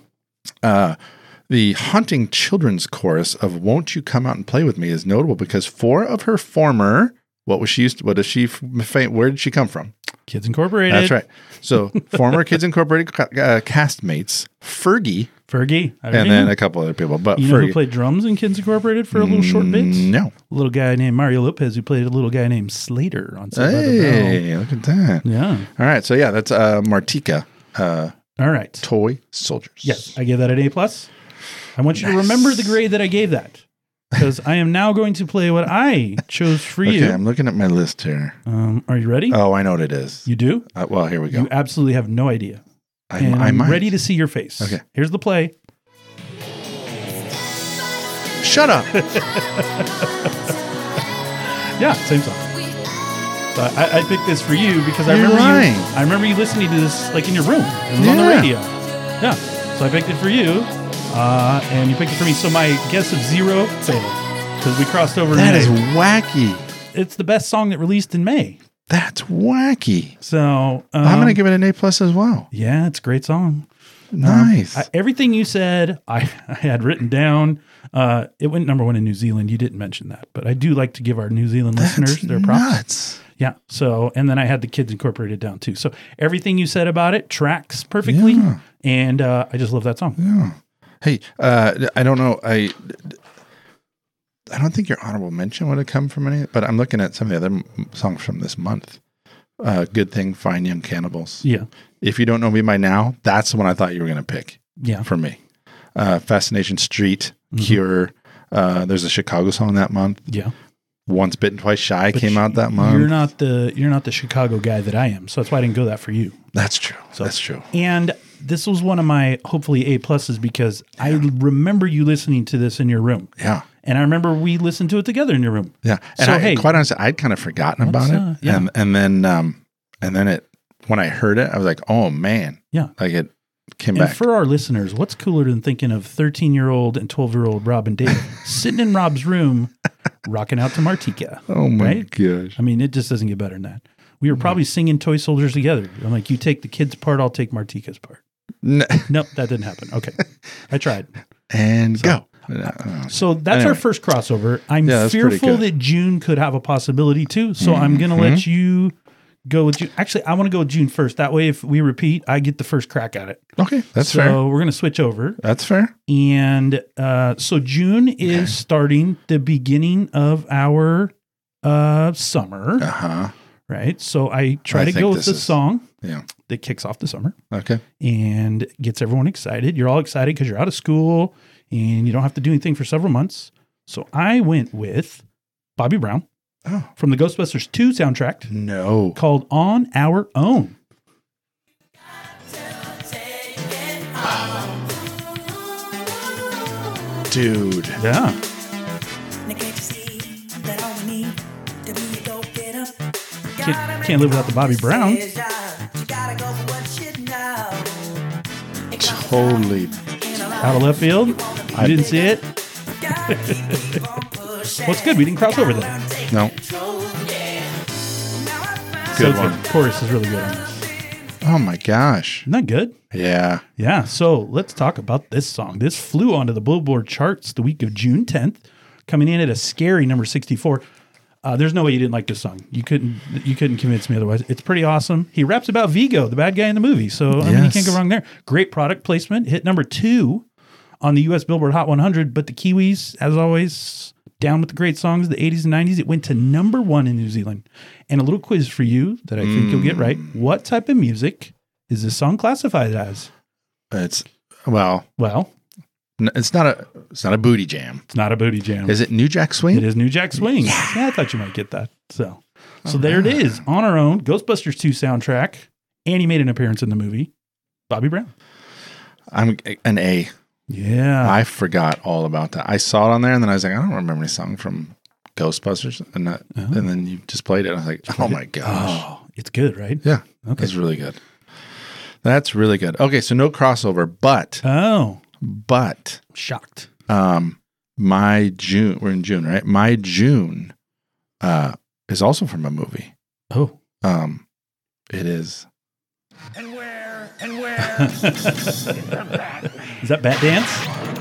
[SPEAKER 2] Uh, the haunting children's chorus of "Won't You Come Out and Play with Me" is notable because four of her former what was she used? To, what does she? f- fa- Where did she come from?
[SPEAKER 1] Kids Incorporated.
[SPEAKER 2] That's right. So former Kids Incorporated ca- uh, castmates Fergie
[SPEAKER 1] Fergie. I already
[SPEAKER 2] and then
[SPEAKER 1] know.
[SPEAKER 2] a couple other people, but
[SPEAKER 1] You know who
[SPEAKER 2] Fergie. Mm,
[SPEAKER 1] played drums in Kids Incorporated for a little short bit?
[SPEAKER 2] No,
[SPEAKER 1] A little guy named Mario Lopez who played a little guy named Slater on Saved by the Bell.
[SPEAKER 2] hey, look at that.
[SPEAKER 1] Yeah.
[SPEAKER 2] All right, so yeah, that's uh, Martika, uh,
[SPEAKER 1] All right.
[SPEAKER 2] toy soldiers.
[SPEAKER 1] Yes, I gave that an A plus. I want you to remember the grade that I gave that because I am now going to play what I chose for
[SPEAKER 2] Okay,
[SPEAKER 1] you.
[SPEAKER 2] I'm looking at my list here.
[SPEAKER 1] Um, are you ready?
[SPEAKER 2] Oh, I know what it is.
[SPEAKER 1] you do?
[SPEAKER 2] Uh, well, here we go.
[SPEAKER 1] You absolutely have no idea.
[SPEAKER 2] I,
[SPEAKER 1] And
[SPEAKER 2] I
[SPEAKER 1] I'm
[SPEAKER 2] might.
[SPEAKER 1] ready to see your face.
[SPEAKER 2] Okay.
[SPEAKER 1] Here's the play.
[SPEAKER 2] Shut up.
[SPEAKER 1] Yeah, same song. But I, I picked this for you because I
[SPEAKER 2] You're
[SPEAKER 1] remember
[SPEAKER 2] right.
[SPEAKER 1] you. I remember you listening to this like in your room. It was on the
[SPEAKER 2] Yeah.
[SPEAKER 1] radio. Yeah. So I picked it for you, uh, and you picked it for me. So my guess of zero failed because we crossed over. in
[SPEAKER 2] that is
[SPEAKER 1] May.
[SPEAKER 2] wacky.
[SPEAKER 1] It's the best song that released in May.
[SPEAKER 2] That's wacky.
[SPEAKER 1] So um,
[SPEAKER 2] I'm going to give it an A plus as well.
[SPEAKER 1] Yeah, it's a great song.
[SPEAKER 2] Nice.
[SPEAKER 1] I, everything you said, I, I had written down. Uh, it went number one in New Zealand. You didn't mention that, but I do like to give our New Zealand listeners
[SPEAKER 2] That's
[SPEAKER 1] their props.
[SPEAKER 2] nuts.
[SPEAKER 1] Yeah. So, and then I had the kids incorporated down too. So everything you said about it tracks perfectly,
[SPEAKER 2] Yeah.
[SPEAKER 1] and uh, I just love that song.
[SPEAKER 2] Hey, uh, I don't know. I I don't think your honorable mention would have come from any, but I'm looking at some of the other m- songs from this month. Uh, Good thing, Fine Young Cannibals.
[SPEAKER 1] Yeah.
[SPEAKER 2] If you don't know me by now, that's the one I thought you were going to pick.
[SPEAKER 1] Yeah. Mm-hmm.
[SPEAKER 2] for me. Uh, Fascination Street, Cure. Uh, there's a Chicago song that month.
[SPEAKER 1] Yeah.
[SPEAKER 2] Once Bitten, Twice Shy came out that month.
[SPEAKER 1] You're not the you're not the Chicago guy that I am, so that's why I didn't go that for you.
[SPEAKER 2] That's true. That's true.
[SPEAKER 1] And this was one of my hopefully A pluses because I remember you listening to this in your room.
[SPEAKER 2] Yeah.
[SPEAKER 1] And I remember we listened to it together in your room.
[SPEAKER 2] Yeah. And
[SPEAKER 1] So,
[SPEAKER 2] I,
[SPEAKER 1] hey-
[SPEAKER 2] quite honestly, I'd kind of forgotten
[SPEAKER 1] What's
[SPEAKER 2] about it.
[SPEAKER 1] that? Yeah.
[SPEAKER 2] And and then um and then it when I heard it, I was like, oh man.
[SPEAKER 1] Yeah.
[SPEAKER 2] Like it came
[SPEAKER 1] And
[SPEAKER 2] back.
[SPEAKER 1] for our listeners, what's cooler than thinking of 13 year old and 12 year old Rob and Dave sitting in Rob's room, rocking out to Martika?
[SPEAKER 2] oh my
[SPEAKER 1] right?
[SPEAKER 2] gosh.
[SPEAKER 1] I mean, it just doesn't get better than that. We
[SPEAKER 2] Mm-hmm.
[SPEAKER 1] were probably singing Toy Soldiers together. I'm like, you take the kids' part, I'll take Martika's part.
[SPEAKER 2] N-
[SPEAKER 1] Nope, that didn't happen. Okay. I tried.
[SPEAKER 2] and go. Uh,
[SPEAKER 1] So that's our
[SPEAKER 2] Anyway.
[SPEAKER 1] first crossover. I'm
[SPEAKER 2] Yeah, that's pretty
[SPEAKER 1] fearful
[SPEAKER 2] good. Mm-hmm.
[SPEAKER 1] that June could have a possibility too. So I'm going to let you go with June. Actually, I want to go with June first. That way, if we repeat, I get the first crack at it.
[SPEAKER 2] Okay. That's
[SPEAKER 1] so
[SPEAKER 2] fair.
[SPEAKER 1] we're going to switch over.
[SPEAKER 2] That's fair.
[SPEAKER 1] And uh, so June is starting the beginning of our uh, summer,
[SPEAKER 2] Uh-huh.
[SPEAKER 1] right? So I try
[SPEAKER 2] I
[SPEAKER 1] to
[SPEAKER 2] think
[SPEAKER 1] go with
[SPEAKER 2] this
[SPEAKER 1] the
[SPEAKER 2] is-
[SPEAKER 1] song
[SPEAKER 2] Yeah.
[SPEAKER 1] that kicks off the summer
[SPEAKER 2] Okay.
[SPEAKER 1] and gets everyone excited. You're all excited because you're out of school and you don't have to do anything for several months. So I went with Bobby Brown
[SPEAKER 2] Oh.
[SPEAKER 1] from the Ghostbusters 2 soundtrack
[SPEAKER 2] No.
[SPEAKER 1] called On Our Own.
[SPEAKER 2] Dude.
[SPEAKER 1] Yeah.
[SPEAKER 4] Now can't you see that all we need to be a go-getter?
[SPEAKER 1] Can't, can't live without the Bobby Brown.
[SPEAKER 4] Is ya- You gotta go for what you know.
[SPEAKER 2] Totally.
[SPEAKER 1] Out of left field. I didn't see it.
[SPEAKER 4] Gotta keep on pushing.
[SPEAKER 1] Well, it's good. We didn't cross over there.
[SPEAKER 2] No.
[SPEAKER 1] So
[SPEAKER 2] Good
[SPEAKER 1] it's
[SPEAKER 2] one.
[SPEAKER 1] The chorus is really good on this.
[SPEAKER 2] Oh my gosh.
[SPEAKER 1] Isn't that good?
[SPEAKER 2] Yeah.
[SPEAKER 1] Yeah. So let's talk about this song. This flew onto the Billboard charts the week of June 10th, coming in at a scary number 64. Uh, there's no way you didn't like this song. You couldn't. You couldn't convince me otherwise. It's pretty awesome. He raps about Vigo, the bad guy in the movie, so I mean, you
[SPEAKER 2] Yes.
[SPEAKER 1] can't go wrong there. Great product placement. Hit number two on the U.S. Billboard Hot 100. But the Kiwis, as always, down with the great songs of the 80s and 90s. It went to number one in New Zealand. And a little quiz for you that I think you'll get right. What type of music is this song classified as?
[SPEAKER 2] It's well,
[SPEAKER 1] Well,
[SPEAKER 2] n- it's not a it's not a booty jam.
[SPEAKER 1] It's not a booty jam.
[SPEAKER 2] Is it New Jack Swing?
[SPEAKER 1] It is New Jack Swing. Yeah. I thought you might get that. So, so there it is. On our own, Ghostbusters 2 soundtrack. And he made an appearance in the movie, Bobby Brown.
[SPEAKER 2] I'm an A.
[SPEAKER 1] Yeah.
[SPEAKER 2] I forgot all about that. I saw it on there, and then I was like, I don't remember any song from Ghostbusters, and that, and then you just played it. And I was like, oh my gosh,
[SPEAKER 1] Uh-huh. oh, it's good, right?
[SPEAKER 2] yeah,
[SPEAKER 1] Okay.
[SPEAKER 2] that's really good. That's really good. Okay, so no crossover, but
[SPEAKER 1] Oh,
[SPEAKER 2] but
[SPEAKER 1] I'm shocked.
[SPEAKER 2] um, my June, we're in June, right? My June, uh, is also from a movie.
[SPEAKER 1] Oh,
[SPEAKER 2] Um, it is.
[SPEAKER 1] is that Bat Dance?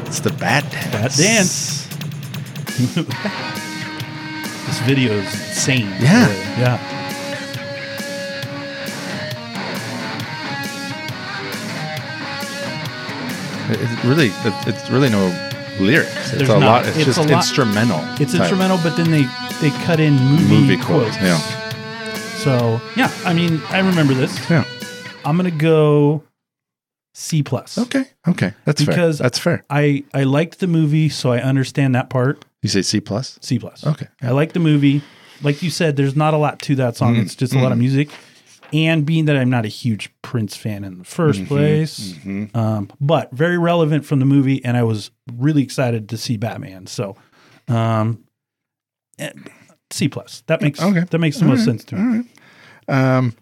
[SPEAKER 2] It's the Bat Dance.
[SPEAKER 1] Bat Dance. This video is insane.
[SPEAKER 2] Yeah.
[SPEAKER 1] Yeah.
[SPEAKER 2] It- It's really, it- it's really no lyrics. It's
[SPEAKER 1] There's
[SPEAKER 2] a
[SPEAKER 1] not.
[SPEAKER 2] lot. It's,
[SPEAKER 1] It's
[SPEAKER 2] just
[SPEAKER 1] a lot-
[SPEAKER 2] instrumental.
[SPEAKER 1] It's
[SPEAKER 2] type.
[SPEAKER 1] instrumental, but then they, they cut in movie,
[SPEAKER 2] Movie
[SPEAKER 1] quotes.
[SPEAKER 2] quotes. Yeah,
[SPEAKER 1] So, yeah, I mean, I remember this.
[SPEAKER 2] yeah.
[SPEAKER 1] I'm gonna go C plus.
[SPEAKER 2] Okay. Okay. That's
[SPEAKER 1] Because-
[SPEAKER 2] fair. That's fair.
[SPEAKER 1] I I liked the movie, so I understand that part.
[SPEAKER 2] You say C plus?
[SPEAKER 1] C plus.
[SPEAKER 2] Okay.
[SPEAKER 1] I like the movie. Like you said, there's not a lot to that song.
[SPEAKER 2] Mm-hmm.
[SPEAKER 1] It's just a lot of music. And being that I'm not a huge Prince fan in the 1st
[SPEAKER 2] Mm-hmm.
[SPEAKER 1] place, Um, but very relevant from the movie, and I was really excited to see Batman. So, um, eh, C plus. That makes
[SPEAKER 2] Okay.
[SPEAKER 1] that makes the most sense to me.
[SPEAKER 2] Um,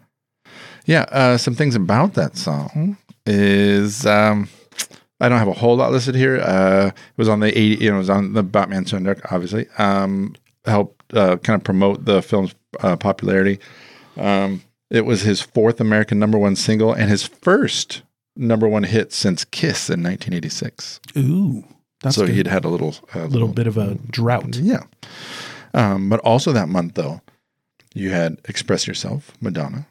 [SPEAKER 2] yeah. Uh, some things about that song is um, I don't have a whole lot listed here. Uh, it was on the eighty. You know, it was on the Batman soundtrack, obviously. Um, helped uh, kind of promote the film's uh, popularity. Um, it was his fourth American number one single and his first number one hit since Kiss in 1986.
[SPEAKER 1] Ooh, that's
[SPEAKER 2] so
[SPEAKER 1] good.
[SPEAKER 2] he'd had a little, a
[SPEAKER 1] a little bit of a drought.
[SPEAKER 2] Yeah. Um, but also that month, though, you had Express Yourself, Madonna,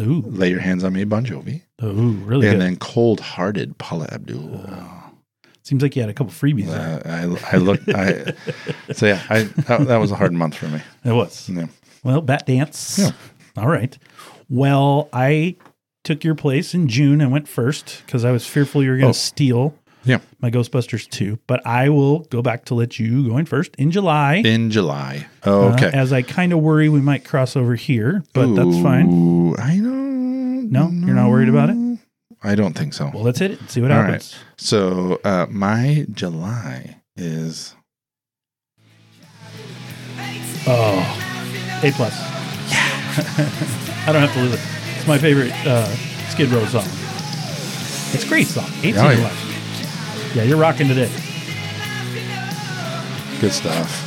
[SPEAKER 1] Ooh,
[SPEAKER 2] Lay Your Hands on Me, Bon Jovi,
[SPEAKER 1] ooh, really good.
[SPEAKER 2] and
[SPEAKER 1] Oh,
[SPEAKER 2] then Cold Hearted, Paula Abdul.
[SPEAKER 1] Seems like you had a couple freebies. there.
[SPEAKER 2] Uh, I, I looked, I, so yeah, I, that, that was a hard month for me.
[SPEAKER 1] It was.
[SPEAKER 2] Yeah.
[SPEAKER 1] Well, bat dance.
[SPEAKER 2] Yeah.
[SPEAKER 1] All right. Well, I took your place in June. I went first because I was fearful you were going to
[SPEAKER 2] Oh.
[SPEAKER 1] steal.
[SPEAKER 2] Yeah.
[SPEAKER 1] my Ghostbusters 2, but I will go back to let you going first in July.
[SPEAKER 2] In July.
[SPEAKER 1] uh,
[SPEAKER 2] Okay.
[SPEAKER 1] as I kind of worry we might cross over here, but that's fine.
[SPEAKER 2] Ooh, I don't.
[SPEAKER 1] No, you're not worried about it?
[SPEAKER 2] I don't think so.
[SPEAKER 1] Well, let's hit it and see what
[SPEAKER 2] All
[SPEAKER 1] happens.
[SPEAKER 2] So uh, my July is
[SPEAKER 1] Oh, A plus. I don't have to lose it. It's my favorite uh, Skid Row song. It's a great song. 18
[SPEAKER 2] Oh, yeah.
[SPEAKER 1] plus. Yeah, you're rocking today.
[SPEAKER 2] good stuff.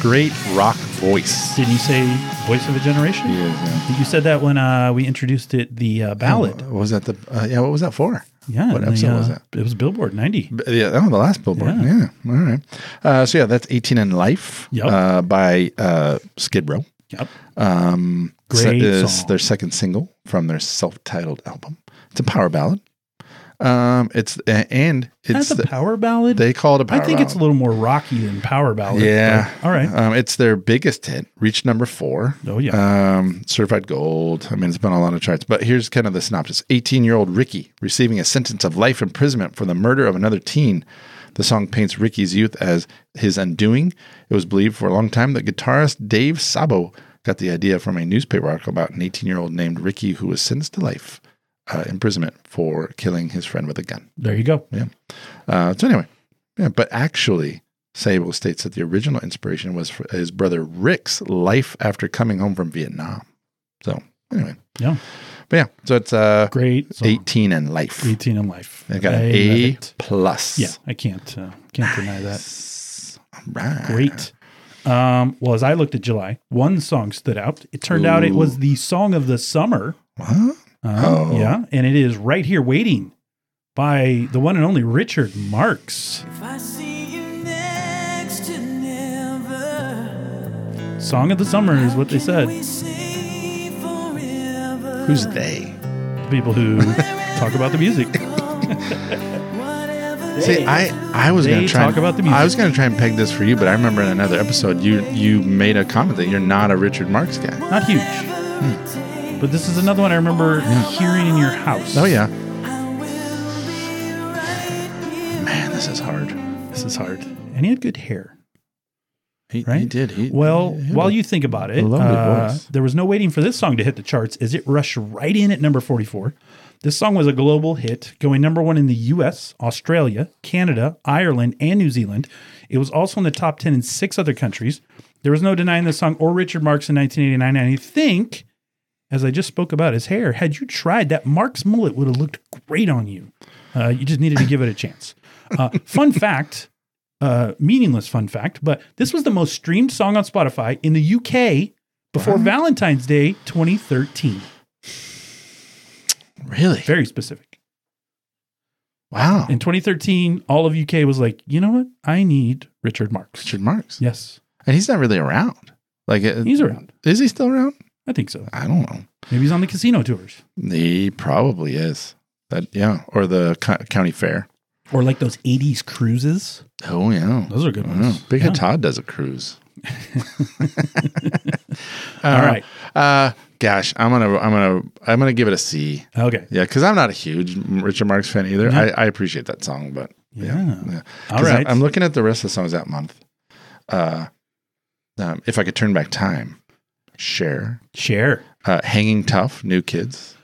[SPEAKER 2] Great rock voice.
[SPEAKER 1] Didn't you say Voice of a Generation?
[SPEAKER 2] Yeah,
[SPEAKER 1] You said that when uh, we introduced it, the uh, ballad.
[SPEAKER 2] What was that the? Uh, yeah. What was that for?
[SPEAKER 1] yeah. and
[SPEAKER 2] What
[SPEAKER 1] the,
[SPEAKER 2] episode was
[SPEAKER 1] uh,
[SPEAKER 2] that?
[SPEAKER 1] It was Billboard 90.
[SPEAKER 2] B- Yeah, oh, the last billboard.
[SPEAKER 1] Yeah.
[SPEAKER 2] Yeah. All right. Uh, so yeah, that's 18 in Life
[SPEAKER 1] Yep.
[SPEAKER 2] uh, by uh, Skid Row.
[SPEAKER 1] Yep.
[SPEAKER 2] Um, so
[SPEAKER 1] Great
[SPEAKER 2] it is
[SPEAKER 1] song.
[SPEAKER 2] their second single from their self-titled album. It's a power ballad. Um, it's a- and it's
[SPEAKER 1] That's a
[SPEAKER 2] the-
[SPEAKER 1] power ballad.
[SPEAKER 2] they call it a power.
[SPEAKER 1] I think it's a
[SPEAKER 2] ballad.
[SPEAKER 1] little more rocky than power ballad.
[SPEAKER 2] Yeah.
[SPEAKER 1] but all right.
[SPEAKER 2] Um, it's their biggest hit, reached number four.
[SPEAKER 1] Oh, yeah.
[SPEAKER 2] Um, certified gold. I mean, it's been on a lot of charts, but here's kind of the synopsis 18 year old Ricky receiving a sentence of life imprisonment for the murder of another teen. The song paints Ricky's youth as his undoing. It was believed for a long time that guitarist Dave Sabo got the idea from a newspaper article about an 18 year old named Ricky who was sentenced to life uh, imprisonment for killing his friend with a gun.
[SPEAKER 1] there you go.
[SPEAKER 2] Uh, so anyway, yeah, but actually, Sable states that the original inspiration was for his brother Rick's life after coming home from Vietnam. So anyway,
[SPEAKER 1] Yeah.
[SPEAKER 2] but yeah, so it's uh,
[SPEAKER 1] Great song.
[SPEAKER 2] 18 and life.
[SPEAKER 1] 18 in life.
[SPEAKER 2] I got
[SPEAKER 1] I
[SPEAKER 2] an
[SPEAKER 1] love
[SPEAKER 2] A
[SPEAKER 1] it.
[SPEAKER 2] plus.
[SPEAKER 1] Yeah, I can't uh, can't deny that.
[SPEAKER 2] All right.
[SPEAKER 1] great. Um, well, as I looked at July, one song stood out. It turned out it was the song of the summer.
[SPEAKER 2] Huh?
[SPEAKER 1] Um,
[SPEAKER 2] Oh.
[SPEAKER 1] Yeah, and it is Right Here Waiting by the one and only Richard Marx.
[SPEAKER 4] If I see you next to never,
[SPEAKER 1] Song of the summer is what they
[SPEAKER 4] can
[SPEAKER 1] said.
[SPEAKER 4] we say forever?
[SPEAKER 2] Who's they?
[SPEAKER 1] People who talk about the music.
[SPEAKER 4] Whatever
[SPEAKER 2] See, I, I was
[SPEAKER 1] They
[SPEAKER 2] gonna try.
[SPEAKER 1] talk
[SPEAKER 2] and,
[SPEAKER 1] about the
[SPEAKER 2] I was gonna try and peg this for you, but I remember in another episode you you made a comment that you're not a Richard Marx guy.
[SPEAKER 1] Not huge. Hmm. But this is another one I remember hearing in your house.
[SPEAKER 2] Oh yeah,
[SPEAKER 4] right
[SPEAKER 2] man, this is hard.
[SPEAKER 1] This is hard. And he had good hair.
[SPEAKER 2] He, he
[SPEAKER 1] Right?
[SPEAKER 2] did. He,
[SPEAKER 1] Well,
[SPEAKER 2] he had
[SPEAKER 1] while
[SPEAKER 2] a-
[SPEAKER 1] you think about it,
[SPEAKER 2] lovely
[SPEAKER 1] uh,
[SPEAKER 2] voice.
[SPEAKER 1] there was no waiting for this song to hit the charts as it rushed right in at number 44. This song was a global hit, going number one in the US, Australia, Canada, Ireland, and New Zealand. It was also in the top 10 in six other countries. There was no denying the song or Richard Marx in 1989. And I think, as I just spoke about his hair, had you tried that, Marx mullet would have looked great on you. Uh, you just needed to give it a chance. Uh, fun fact uh, meaningless fun fact, but this was the most streamed song on Spotify in the UK before Valentine's Day 2013.
[SPEAKER 2] really
[SPEAKER 1] Very specific.
[SPEAKER 2] wow.
[SPEAKER 1] In 2013, all of UK was like, you know what? I need Richard Marx.
[SPEAKER 2] Richard Marx.
[SPEAKER 1] Yes,
[SPEAKER 2] And he's not really around. Like it-
[SPEAKER 1] he's around.
[SPEAKER 2] Is he still around?
[SPEAKER 1] I think so.
[SPEAKER 2] I don't know.
[SPEAKER 1] Maybe he's on the casino tours
[SPEAKER 2] He probably is. That yeah, or the co- county fair.
[SPEAKER 1] or like those 80s cruises.
[SPEAKER 2] Oh yeah,
[SPEAKER 1] Those are good
[SPEAKER 2] I
[SPEAKER 1] ones.
[SPEAKER 2] know. Big Head
[SPEAKER 1] Yeah.
[SPEAKER 2] Todd does a cruise.
[SPEAKER 1] All right.
[SPEAKER 2] Uh, gosh, I'm gonna I'm gonna I'm gonna give it a C.
[SPEAKER 1] Okay.
[SPEAKER 2] Yeah, because I'm not a huge Richard Marx fan either.
[SPEAKER 1] Yeah.
[SPEAKER 2] I, I appreciate that song, but
[SPEAKER 1] Yeah.
[SPEAKER 2] yeah. 'Cause
[SPEAKER 1] Mm-hmm. All right.
[SPEAKER 2] I'm, I'm looking at the rest of the songs that month. Uh, um, if I could turn back time, share.
[SPEAKER 1] Share.
[SPEAKER 2] uh, Hanging Tough, New Kids,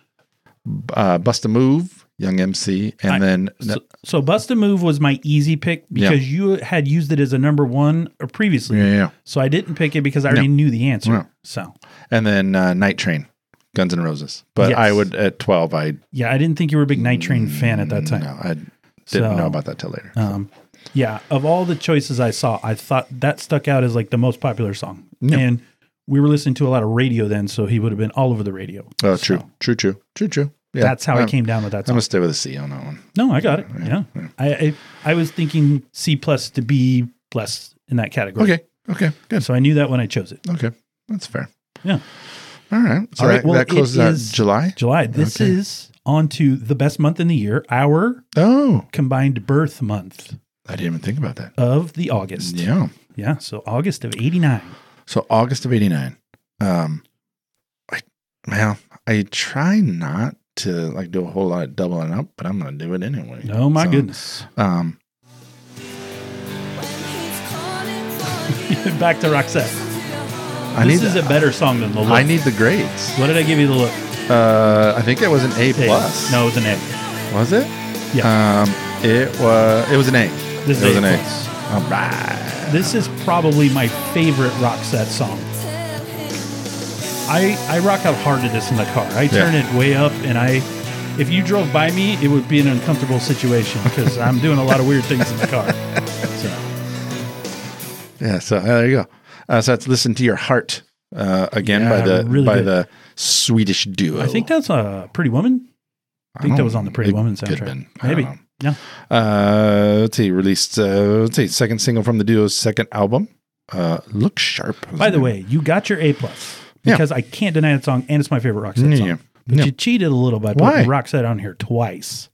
[SPEAKER 2] uh, Bust a Move, Young MC, and
[SPEAKER 1] I-
[SPEAKER 2] then
[SPEAKER 1] So, so Bust a Move was my easy pick
[SPEAKER 2] Yeah.
[SPEAKER 1] because you had used it as a number one or previously.
[SPEAKER 2] yeah, yeah,
[SPEAKER 1] So I didn't pick it because I already knew the answer.
[SPEAKER 2] No.
[SPEAKER 1] So
[SPEAKER 2] and then uh, Night Train, Guns N' Roses. But
[SPEAKER 1] Yes.
[SPEAKER 2] I would at twelve, I
[SPEAKER 1] yeah, I didn't think you were a big Night Train fan at that time.
[SPEAKER 2] no, I didn't
[SPEAKER 1] So-
[SPEAKER 2] know about that till later.
[SPEAKER 1] Um, yeah, of all the choices I saw, I thought that stuck out as like the most popular song.
[SPEAKER 2] Yeah.
[SPEAKER 1] And we were listening to a lot of radio then, so he would have been all over the radio.
[SPEAKER 2] oh, true,
[SPEAKER 1] So
[SPEAKER 2] true, true, true, true. Yeah,
[SPEAKER 1] That's how
[SPEAKER 2] I'm,
[SPEAKER 1] I came down with that
[SPEAKER 2] I'm
[SPEAKER 1] song.
[SPEAKER 2] gonna stay with a C on that one.
[SPEAKER 1] no, I got it. Yeah, I, I I was thinking C plus to B plus in that category.
[SPEAKER 2] Okay, okay, good.
[SPEAKER 1] So I knew that when I chose it.
[SPEAKER 2] Okay, that's fair.
[SPEAKER 1] Yeah.
[SPEAKER 2] All right. So
[SPEAKER 1] All right,
[SPEAKER 2] that,
[SPEAKER 1] well,
[SPEAKER 2] that closes
[SPEAKER 1] it
[SPEAKER 2] out
[SPEAKER 1] is-
[SPEAKER 2] July.
[SPEAKER 1] July. This
[SPEAKER 2] Okay.
[SPEAKER 1] is on to the best month in the year, our
[SPEAKER 2] Oh,
[SPEAKER 1] combined birth month
[SPEAKER 2] I didn't even think about that.
[SPEAKER 1] of the August.
[SPEAKER 2] Yeah.
[SPEAKER 1] Yeah, so August of 89.
[SPEAKER 2] So August of '89. Um, I, well, I try not to like do a whole lot of doubling up, but I'm going to do it anyway.
[SPEAKER 1] Oh my
[SPEAKER 2] So,
[SPEAKER 1] goodness.
[SPEAKER 2] Um,
[SPEAKER 1] Back to Roxette.
[SPEAKER 2] I
[SPEAKER 1] this
[SPEAKER 2] need
[SPEAKER 1] is a better song than the look.
[SPEAKER 2] I need the grades.
[SPEAKER 1] What did I give you the look?
[SPEAKER 2] Uh, I think it was an
[SPEAKER 1] Hey,
[SPEAKER 2] A plus.
[SPEAKER 1] No, it was an A.
[SPEAKER 2] was it?
[SPEAKER 1] Yeah.
[SPEAKER 2] Um, it was. It was an A.
[SPEAKER 1] This is
[SPEAKER 2] it was an
[SPEAKER 1] A
[SPEAKER 2] A.
[SPEAKER 1] plus.
[SPEAKER 2] All right.
[SPEAKER 1] this is probably my favorite Roxette song. I I rock out hard to this in the car. I turn it way up, and I if you drove by me, it would be an uncomfortable situation because I'm doing a lot of weird things in the car. So
[SPEAKER 2] Yeah. So there you go. Uh, so that's listen to your heart uh, again by
[SPEAKER 1] Yeah,
[SPEAKER 2] the
[SPEAKER 1] really
[SPEAKER 2] by
[SPEAKER 1] good.
[SPEAKER 2] the Swedish duo.
[SPEAKER 1] I think that's a Pretty Woman. I think that was on the Pretty Woman soundtrack. Maybe. Yeah.
[SPEAKER 2] Uh, let's see. Released. Uh, let's see. Second single from the duo's second album. Uh, look sharp. was
[SPEAKER 1] By the
[SPEAKER 2] name.
[SPEAKER 1] way, you got your A plus
[SPEAKER 2] Yeah.
[SPEAKER 1] because I can't deny that song, and it's my favorite Roxette
[SPEAKER 2] Yeah,
[SPEAKER 1] song.
[SPEAKER 2] yeah.
[SPEAKER 1] But
[SPEAKER 2] Yeah.
[SPEAKER 1] you cheated a little by
[SPEAKER 2] Why?
[SPEAKER 1] putting Roxette on here twice.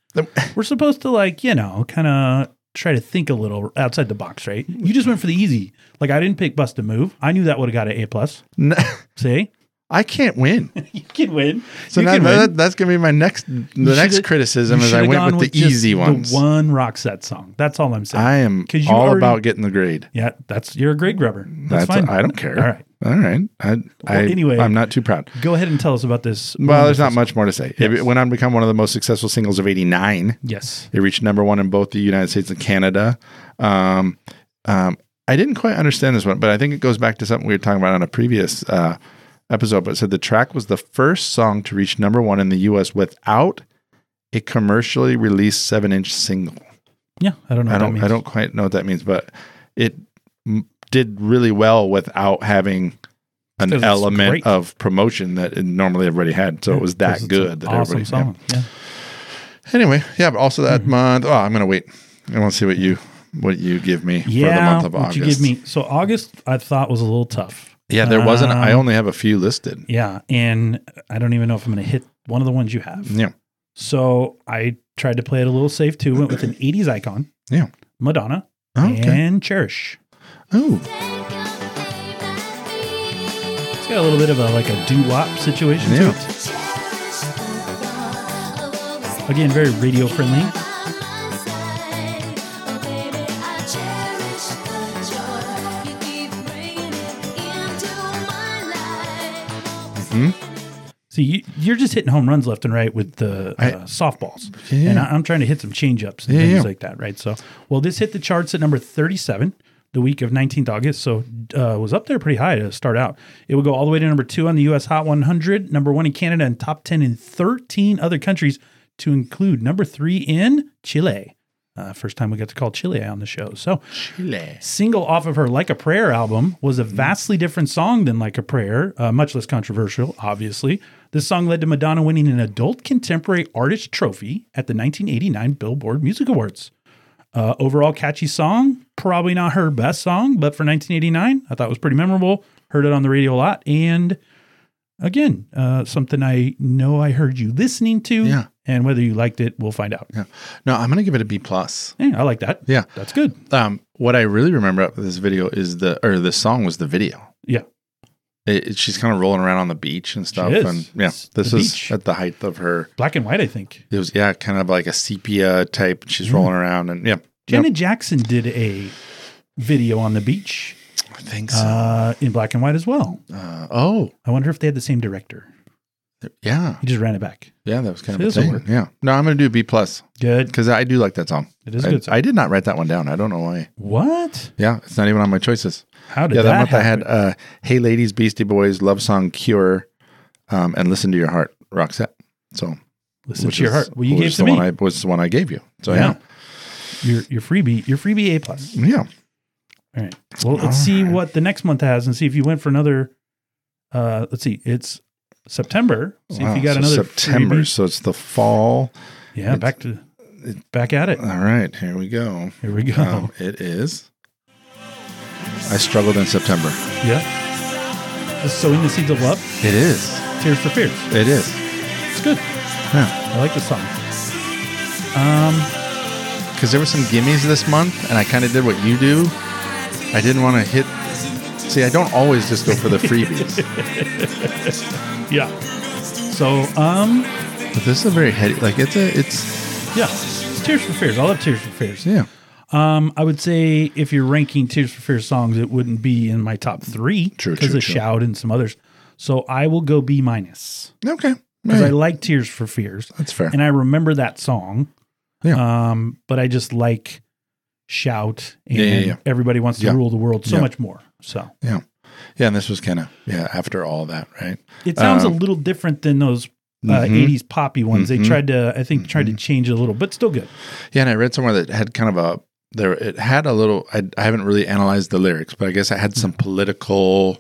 [SPEAKER 1] We're supposed to like you know kind of try to think a little outside the box, right? You just went for the easy. Like I didn't pick Bust a Move. I knew that would have got an A plus.
[SPEAKER 2] N-
[SPEAKER 1] See,
[SPEAKER 2] I can't win.
[SPEAKER 1] you can win.
[SPEAKER 2] So
[SPEAKER 1] you
[SPEAKER 2] that,
[SPEAKER 1] can
[SPEAKER 2] that, that's gonna be my next. The
[SPEAKER 1] You
[SPEAKER 2] next
[SPEAKER 1] shoulda-
[SPEAKER 2] criticism
[SPEAKER 1] you
[SPEAKER 2] is I
[SPEAKER 1] shoulda
[SPEAKER 2] went
[SPEAKER 1] gone
[SPEAKER 2] with, the
[SPEAKER 1] just
[SPEAKER 2] easy ones.
[SPEAKER 1] The one Roxette song. That's all I'm saying.
[SPEAKER 2] I am
[SPEAKER 1] 'Cause you
[SPEAKER 2] all
[SPEAKER 1] already-
[SPEAKER 2] about getting the grade.
[SPEAKER 1] yeah, that's you're a grade grubber. That's, fine.
[SPEAKER 2] I don't care.
[SPEAKER 1] All right.
[SPEAKER 2] All right. I, I,
[SPEAKER 1] anyway-
[SPEAKER 2] I'm not too proud.
[SPEAKER 1] Go ahead and tell us about this.
[SPEAKER 2] Well, there's not much more to say. It went on to become one of the most successful singles of '89.
[SPEAKER 1] Yes.
[SPEAKER 2] It reached number one in both the United States and Canada. Um, um, I didn't quite understand this one, but I think it goes back to something we were talking about on a previous uh, episode. But it said the track was the first song to reach number one in the U.S. without a commercially released seven-inch single.
[SPEAKER 1] Yeah, I don't know.
[SPEAKER 2] I
[SPEAKER 1] what that
[SPEAKER 2] don't
[SPEAKER 1] means.
[SPEAKER 2] I don't quite know what that means, but it m- did really well without having
[SPEAKER 1] Because
[SPEAKER 2] an
[SPEAKER 1] it's
[SPEAKER 2] element
[SPEAKER 1] great.
[SPEAKER 2] of promotion that it normally everybody had. So it was
[SPEAKER 1] Because
[SPEAKER 2] that
[SPEAKER 1] it's
[SPEAKER 2] good
[SPEAKER 1] an
[SPEAKER 2] that
[SPEAKER 1] awesome
[SPEAKER 2] everybody.
[SPEAKER 1] song. Mm-hmm. Yeah.
[SPEAKER 2] yeah. Anyway, yeah, but also that month. Oh, I'm gonna wait. I want to see what you what you give me for the month of
[SPEAKER 1] what
[SPEAKER 2] August.
[SPEAKER 1] you give me? So August, I thought was a little tough.
[SPEAKER 2] Yeah, there wasn't. I
[SPEAKER 1] Um,
[SPEAKER 2] only have a few listed.
[SPEAKER 1] Yeah, and I don't even know if I'm going to hit one of the ones you have.
[SPEAKER 2] Yeah,
[SPEAKER 1] So I tried to play it a little safe too. Went with an '80s icon,
[SPEAKER 2] yeah.
[SPEAKER 1] Madonna,
[SPEAKER 2] Oh, okay.
[SPEAKER 1] and Cherish.
[SPEAKER 2] Oh,
[SPEAKER 1] It's got a little bit of a like a doo wop situation
[SPEAKER 2] Yeah.
[SPEAKER 1] to it. Again, very radio friendly. See, you, you're just hitting home runs left and right with the uh,
[SPEAKER 2] I-
[SPEAKER 1] softballs,
[SPEAKER 2] Yeah.
[SPEAKER 1] and I, I'm trying to hit some change ups and
[SPEAKER 2] Yeah,
[SPEAKER 1] things
[SPEAKER 2] yeah.
[SPEAKER 1] like that, right? So, well, this hit the charts at number 37 the week of 19th August, so uh, was up there pretty high to start out. It would go all the way to number two on the U.S. Hot 100, number one in Canada, and top 10 in 13 other countries, to include number three in Chile. Uh, first time we got to call Chile on the show, so
[SPEAKER 2] Chile.
[SPEAKER 1] single off of her Like a Prayer album was a
[SPEAKER 2] Mm-hmm.
[SPEAKER 1] vastly different song than Like a Prayer, uh, much less controversial, obviously. This song led to Madonna winning an Adult Contemporary Artist Trophy at the 1989 Billboard Music Awards. Uh, overall, catchy song, probably not her best song, but for 1989, I thought it was pretty memorable. Heard it on the radio a lot. And again, uh, something I know I heard you listening to.
[SPEAKER 2] Yeah.
[SPEAKER 1] And whether you liked it, we'll find out.
[SPEAKER 2] Yeah. No, I'm gonna give it a B plus.
[SPEAKER 1] Yeah, I like that.
[SPEAKER 2] Yeah.
[SPEAKER 1] That's good.
[SPEAKER 2] Um, what I really remember about this video is the or this song was the video.
[SPEAKER 1] Yeah.
[SPEAKER 2] it, it- she's kind of rolling around on the beach and stuff.
[SPEAKER 1] is.
[SPEAKER 2] And yeah,
[SPEAKER 1] It's
[SPEAKER 2] this
[SPEAKER 1] the
[SPEAKER 2] is
[SPEAKER 1] beach.
[SPEAKER 2] at the height of her.
[SPEAKER 1] Black and white, I think.
[SPEAKER 2] It was yeah, kind of like a sepia type. She's rolling around and yeah,
[SPEAKER 1] Janet
[SPEAKER 2] Yep,
[SPEAKER 1] Jackson did a video on the beach
[SPEAKER 2] I think so.
[SPEAKER 1] uh, in black and white as well.
[SPEAKER 2] Uh, oh
[SPEAKER 1] I wonder if they had the same director.
[SPEAKER 2] yeah,
[SPEAKER 1] He just ran it back.
[SPEAKER 2] yeah, that was kind
[SPEAKER 1] So
[SPEAKER 2] of a
[SPEAKER 1] this'll
[SPEAKER 2] thing.
[SPEAKER 1] work.
[SPEAKER 2] Yeah, no, I'm gonna do B plus
[SPEAKER 1] Good.
[SPEAKER 2] because I do like that song.
[SPEAKER 1] It is a
[SPEAKER 2] I,
[SPEAKER 1] good song.
[SPEAKER 2] I did not write that one down. I don't know why.
[SPEAKER 1] What?
[SPEAKER 2] Yeah, it's not even on my choices.
[SPEAKER 1] How did
[SPEAKER 2] Yeah, that,
[SPEAKER 1] that,
[SPEAKER 2] month
[SPEAKER 1] happen?
[SPEAKER 2] I had uh, Hey Ladies, Beastie Boys, Love Song, Cure, um, and Listen to Your Heart, Roxette. So
[SPEAKER 1] Listen
[SPEAKER 2] which
[SPEAKER 1] to your
[SPEAKER 2] is-
[SPEAKER 1] heart. Well, you
[SPEAKER 2] which
[SPEAKER 1] gave
[SPEAKER 2] is
[SPEAKER 1] to
[SPEAKER 2] the
[SPEAKER 1] me.
[SPEAKER 2] one I was the one I gave you. So yeah,
[SPEAKER 1] Your your freebie your freebie A plus.
[SPEAKER 2] yeah.
[SPEAKER 1] All right. Well, let's see what the next month has and see if you went for another. Uh, let's see. It's September. See
[SPEAKER 2] Wow,
[SPEAKER 1] if you got
[SPEAKER 2] so
[SPEAKER 1] another
[SPEAKER 2] September,
[SPEAKER 1] freebie.
[SPEAKER 2] so it's the fall.
[SPEAKER 1] Yeah, back to back at it.
[SPEAKER 2] All right, here we go.
[SPEAKER 1] Here we go.
[SPEAKER 2] Um, it is. I struggled in September.
[SPEAKER 1] yeah. The sowing the seeds of love.
[SPEAKER 2] It is.
[SPEAKER 1] Tears for fears.
[SPEAKER 2] It is.
[SPEAKER 1] It's good.
[SPEAKER 2] Yeah.
[SPEAKER 1] I like the song. Um,
[SPEAKER 2] Because there were some gimmies this month, and I kind of did what you do. I didn't want to hit. See, I don't always just go for the freebies.
[SPEAKER 1] yeah. So, um,
[SPEAKER 2] But this is a very heady. Like it's a it's
[SPEAKER 1] Yeah. It's Tears for Fears. I love Tears for Fears.
[SPEAKER 2] yeah.
[SPEAKER 1] Um, I would say if you're ranking Tears for Fears songs, it wouldn't be in my top three
[SPEAKER 2] True,
[SPEAKER 1] because
[SPEAKER 2] true,
[SPEAKER 1] of
[SPEAKER 2] true.
[SPEAKER 1] Shout and some others. So I will go B minus
[SPEAKER 2] Okay.
[SPEAKER 1] because I
[SPEAKER 2] Right.
[SPEAKER 1] like Tears for Fears
[SPEAKER 2] That's fair.
[SPEAKER 1] and I remember that song. Um, but I just like Shout and
[SPEAKER 2] Yeah, yeah, yeah.
[SPEAKER 1] Everybody Wants to
[SPEAKER 2] Yeah.
[SPEAKER 1] Rule the World so
[SPEAKER 2] Yeah.
[SPEAKER 1] much more. So
[SPEAKER 2] yeah. Yeah, and this was kind of yeah, after all that, right?
[SPEAKER 1] it sounds a
[SPEAKER 2] Um,
[SPEAKER 1] little different than those uh,
[SPEAKER 2] Mhm.
[SPEAKER 1] 80s poppy ones.
[SPEAKER 2] Mhm.
[SPEAKER 1] They tried to, I think,
[SPEAKER 2] Mm-hmm.
[SPEAKER 1] tried to change it a little, but still good.
[SPEAKER 2] Yeah, and I read somewhere that had kind of a there it had a little I, I haven't really analyzed the lyrics, but I guess it had some political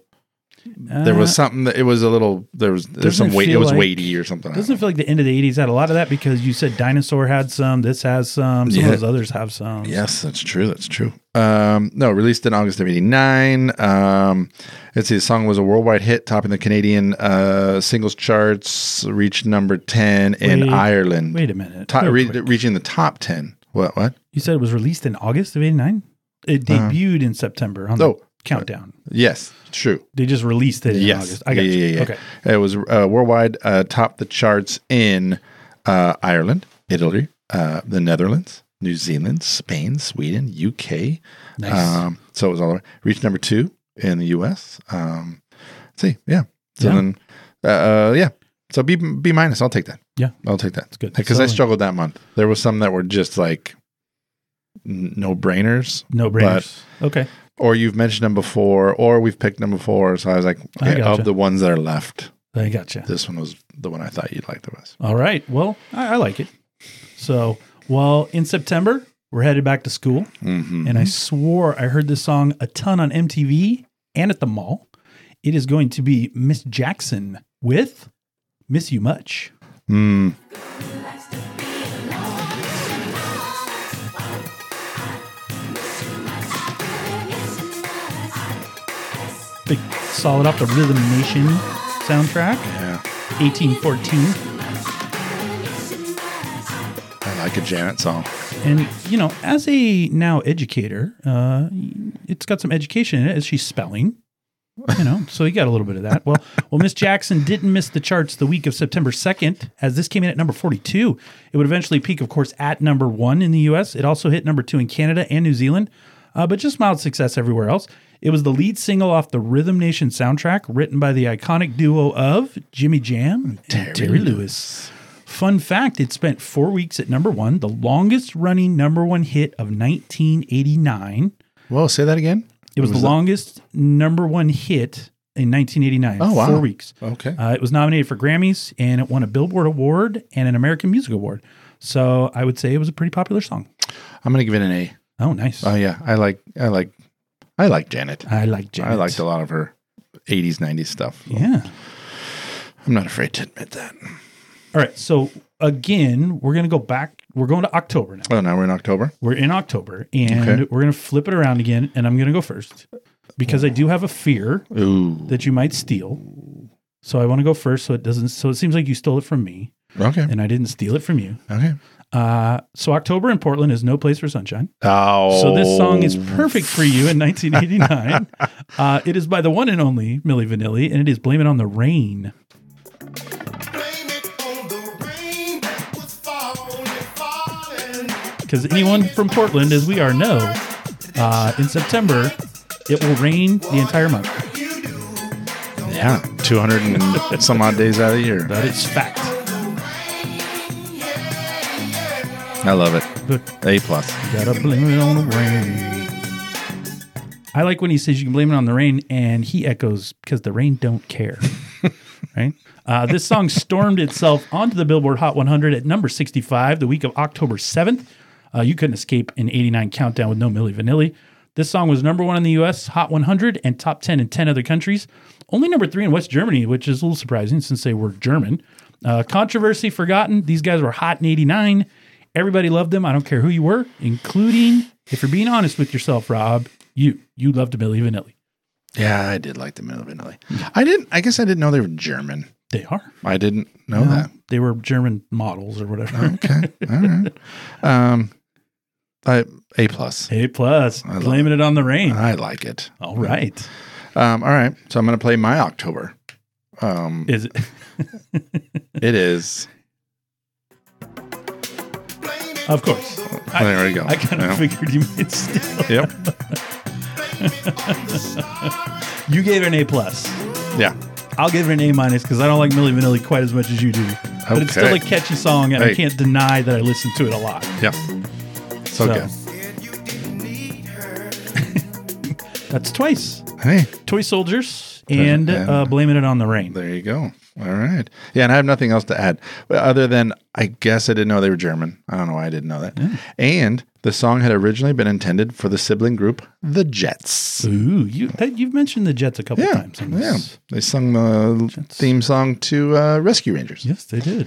[SPEAKER 2] there
[SPEAKER 1] Uh,
[SPEAKER 2] was something that it was a little there was there's
[SPEAKER 1] Uh-huh. Doesn't
[SPEAKER 2] some
[SPEAKER 1] it
[SPEAKER 2] weight it
[SPEAKER 1] feel
[SPEAKER 2] was
[SPEAKER 1] like-
[SPEAKER 2] weighty or something. I don't
[SPEAKER 1] Doesn't it feel like the end of the 80s had a lot of that because you said Dinosaur had some, this has some, some
[SPEAKER 2] Yeah.
[SPEAKER 1] of those others have some.
[SPEAKER 2] Yes, that's true. That's true. Um, no, released in August of '89. Um, let's see, the song was a worldwide hit, topping the Canadian uh, singles charts, reached number 10 in
[SPEAKER 1] Wait,
[SPEAKER 2] Ireland,
[SPEAKER 1] Wait a minute.
[SPEAKER 2] to-
[SPEAKER 1] real
[SPEAKER 2] re-
[SPEAKER 1] quick.
[SPEAKER 2] reaching the top 10. What? What?
[SPEAKER 1] you said it was released in August of 89? It
[SPEAKER 2] Uh-huh.
[SPEAKER 1] debuted in September on
[SPEAKER 2] Oh.
[SPEAKER 1] the countdown.
[SPEAKER 2] Yes, true.
[SPEAKER 1] They just released it in
[SPEAKER 2] yes,
[SPEAKER 1] August. I got
[SPEAKER 2] yeah,
[SPEAKER 1] you.
[SPEAKER 2] yeah, yeah.
[SPEAKER 1] Okay.
[SPEAKER 2] It was uh, worldwide, uh, topped the charts in uh, Ireland, Italy, uh, the Netherlands, New Zealand, Spain, Sweden, UK,
[SPEAKER 1] Nice.
[SPEAKER 2] Um, so it was all over. Reached number two in the U.S. Um, let's see, yeah. So
[SPEAKER 1] Yeah.
[SPEAKER 2] then, uh, uh, yeah. So B B minus. I'll take that.
[SPEAKER 1] Yeah.
[SPEAKER 2] I'll take that.
[SPEAKER 1] It's good.
[SPEAKER 2] Because I
[SPEAKER 1] So-
[SPEAKER 2] struggled that month. There was some that were just like no brainers,
[SPEAKER 1] no brainers. Okay.
[SPEAKER 2] or you've mentioned them before, or we've picked them before. So I was like,
[SPEAKER 1] I
[SPEAKER 2] okay,
[SPEAKER 1] gotcha.
[SPEAKER 2] of the ones that are left,
[SPEAKER 1] I gotcha.
[SPEAKER 2] this one was the one I thought you'd like the most.
[SPEAKER 1] All right. Well, I, I like it. So, well, in September, we're headed back to school.
[SPEAKER 2] Mm-hmm.
[SPEAKER 1] and I swore I heard this song a ton on MTV and at the mall. It is going to be Miss Jackson with Miss You Much.
[SPEAKER 2] Mm.
[SPEAKER 1] Big solid off the Rhythm Nation soundtrack,
[SPEAKER 2] Yeah.
[SPEAKER 1] 1814.
[SPEAKER 2] I like a Janet song.
[SPEAKER 1] And, you know, as a now educator, uh, it's got some education in it as she's spelling. You know, so you got a little bit of that. Well, well, Miss Jackson didn't miss the charts the week of September 2nd, as this came in at number 42. It would eventually peak, of course, at number one in the US. It also hit number two in Canada and New Zealand, uh, but just mild success everywhere else. It was the lead single off the Rhythm Nation soundtrack, written by the iconic duo of Jimmy Jam and Terry, Lewis. Fun fact it spent four weeks at number one, the longest running number one hit of 1989.
[SPEAKER 2] Whoa, say that again.
[SPEAKER 1] It was, the longest number one hit in 1989.
[SPEAKER 2] Oh, wow.
[SPEAKER 1] Four weeks.
[SPEAKER 2] Okay.
[SPEAKER 1] Uh, it was nominated for Grammys and it won a Billboard Award and an American Music Award. So I would say it was a pretty popular song.
[SPEAKER 2] I'm gonna give it an A.
[SPEAKER 1] Oh, nice.
[SPEAKER 2] Oh yeah, I like I like I like Janet.
[SPEAKER 1] I like Janet.
[SPEAKER 2] I liked a lot of her 80s 90s stuff.
[SPEAKER 1] Yeah.
[SPEAKER 2] I'm not afraid to admit that.
[SPEAKER 1] All right. So again, we're going to go back. We're going to October now.
[SPEAKER 2] Oh, now we're in October.
[SPEAKER 1] We're in October and
[SPEAKER 2] Okay.
[SPEAKER 1] we're going to flip it around again. And I'm going to go first because I do have a fear
[SPEAKER 2] Ooh.
[SPEAKER 1] that you might steal. So I want to go first, so it doesn't. So it seems like you stole it from me,
[SPEAKER 2] Okay.
[SPEAKER 1] and I didn't steal it from you.
[SPEAKER 2] Okay.
[SPEAKER 1] Uh, so October in Portland is no place for sunshine.
[SPEAKER 2] Oh.
[SPEAKER 1] So this song is perfect for you in 1989. uh, it is by the one and only Milli Vanilli, and it is "Blame It on the Rain."
[SPEAKER 5] Blame it on the rain that was falling, falling.
[SPEAKER 1] Because anyone from Portland, as we are know, uh, in September it will rain the entire month.
[SPEAKER 2] Yeah. 200 and some odd days out of the year.
[SPEAKER 1] That is fact.
[SPEAKER 2] I love it.
[SPEAKER 1] But
[SPEAKER 2] A plus.
[SPEAKER 1] gotta blame it on the rain. I like when he says you can blame it on the rain, and he echoes because the rain don't care. right? Uh, this song stormed itself onto the Billboard Hot 100 at number 65 the week of October 7th. Uh, you couldn't escape an 89 countdown with no Milli Vanilli. This song was number one in the U.S. Hot 100 and top 10 in 10 other countries. Only number three in West Germany, which is a little surprising since they were German. Uh, controversy forgotten. These guys were hot in '89. Everybody loved them. I don't care who you were, including if you're being honest with yourself, Rob. You you loved Milli Vanilli.
[SPEAKER 2] Yeah, I did like the Milli Vanilli. I didn't I guess I didn't know they were German.
[SPEAKER 1] They are.
[SPEAKER 2] Mm-hmm. I didn't know that.
[SPEAKER 1] They were German models or whatever.
[SPEAKER 2] Okay. All right. Um I A plus.
[SPEAKER 1] A plus,
[SPEAKER 2] love Uh-huh.
[SPEAKER 1] blaming it on the rain.
[SPEAKER 2] I like it.
[SPEAKER 1] All right,
[SPEAKER 2] Um, all right. So I'm gonna play my October. Um
[SPEAKER 1] is it
[SPEAKER 2] It is
[SPEAKER 1] Of course. I,
[SPEAKER 2] there we go.
[SPEAKER 1] I kind of
[SPEAKER 2] Yeah.
[SPEAKER 1] figured you might still.
[SPEAKER 2] Yep.
[SPEAKER 1] You gave it an A plus.
[SPEAKER 2] Yeah.
[SPEAKER 1] I'll give it an A minus because I don't like Millie Vanilli quite as much as you do. But it's still
[SPEAKER 2] Okay.
[SPEAKER 1] a catchy song, and I
[SPEAKER 2] Hey.
[SPEAKER 1] can't deny that I listen to it a lot.
[SPEAKER 2] Yeah. So, good.
[SPEAKER 1] That's twice.
[SPEAKER 2] Hey,
[SPEAKER 1] Toy Soldiers and
[SPEAKER 2] and-
[SPEAKER 1] uh, Blaming It on the Rain.
[SPEAKER 2] there you go. All right. Yeah, and I have nothing else to add other than I guess I didn't know they were German. I don't know why I didn't know that. And the song had originally been intended for the sibling group, the Jets.
[SPEAKER 1] Ooh, you that, you've mentioned the Jets a couple
[SPEAKER 2] Yeah.
[SPEAKER 1] times. on
[SPEAKER 2] Yeah.
[SPEAKER 1] this.
[SPEAKER 2] They sung the theme song to uh, Rescue Rangers.
[SPEAKER 1] Yes, they did.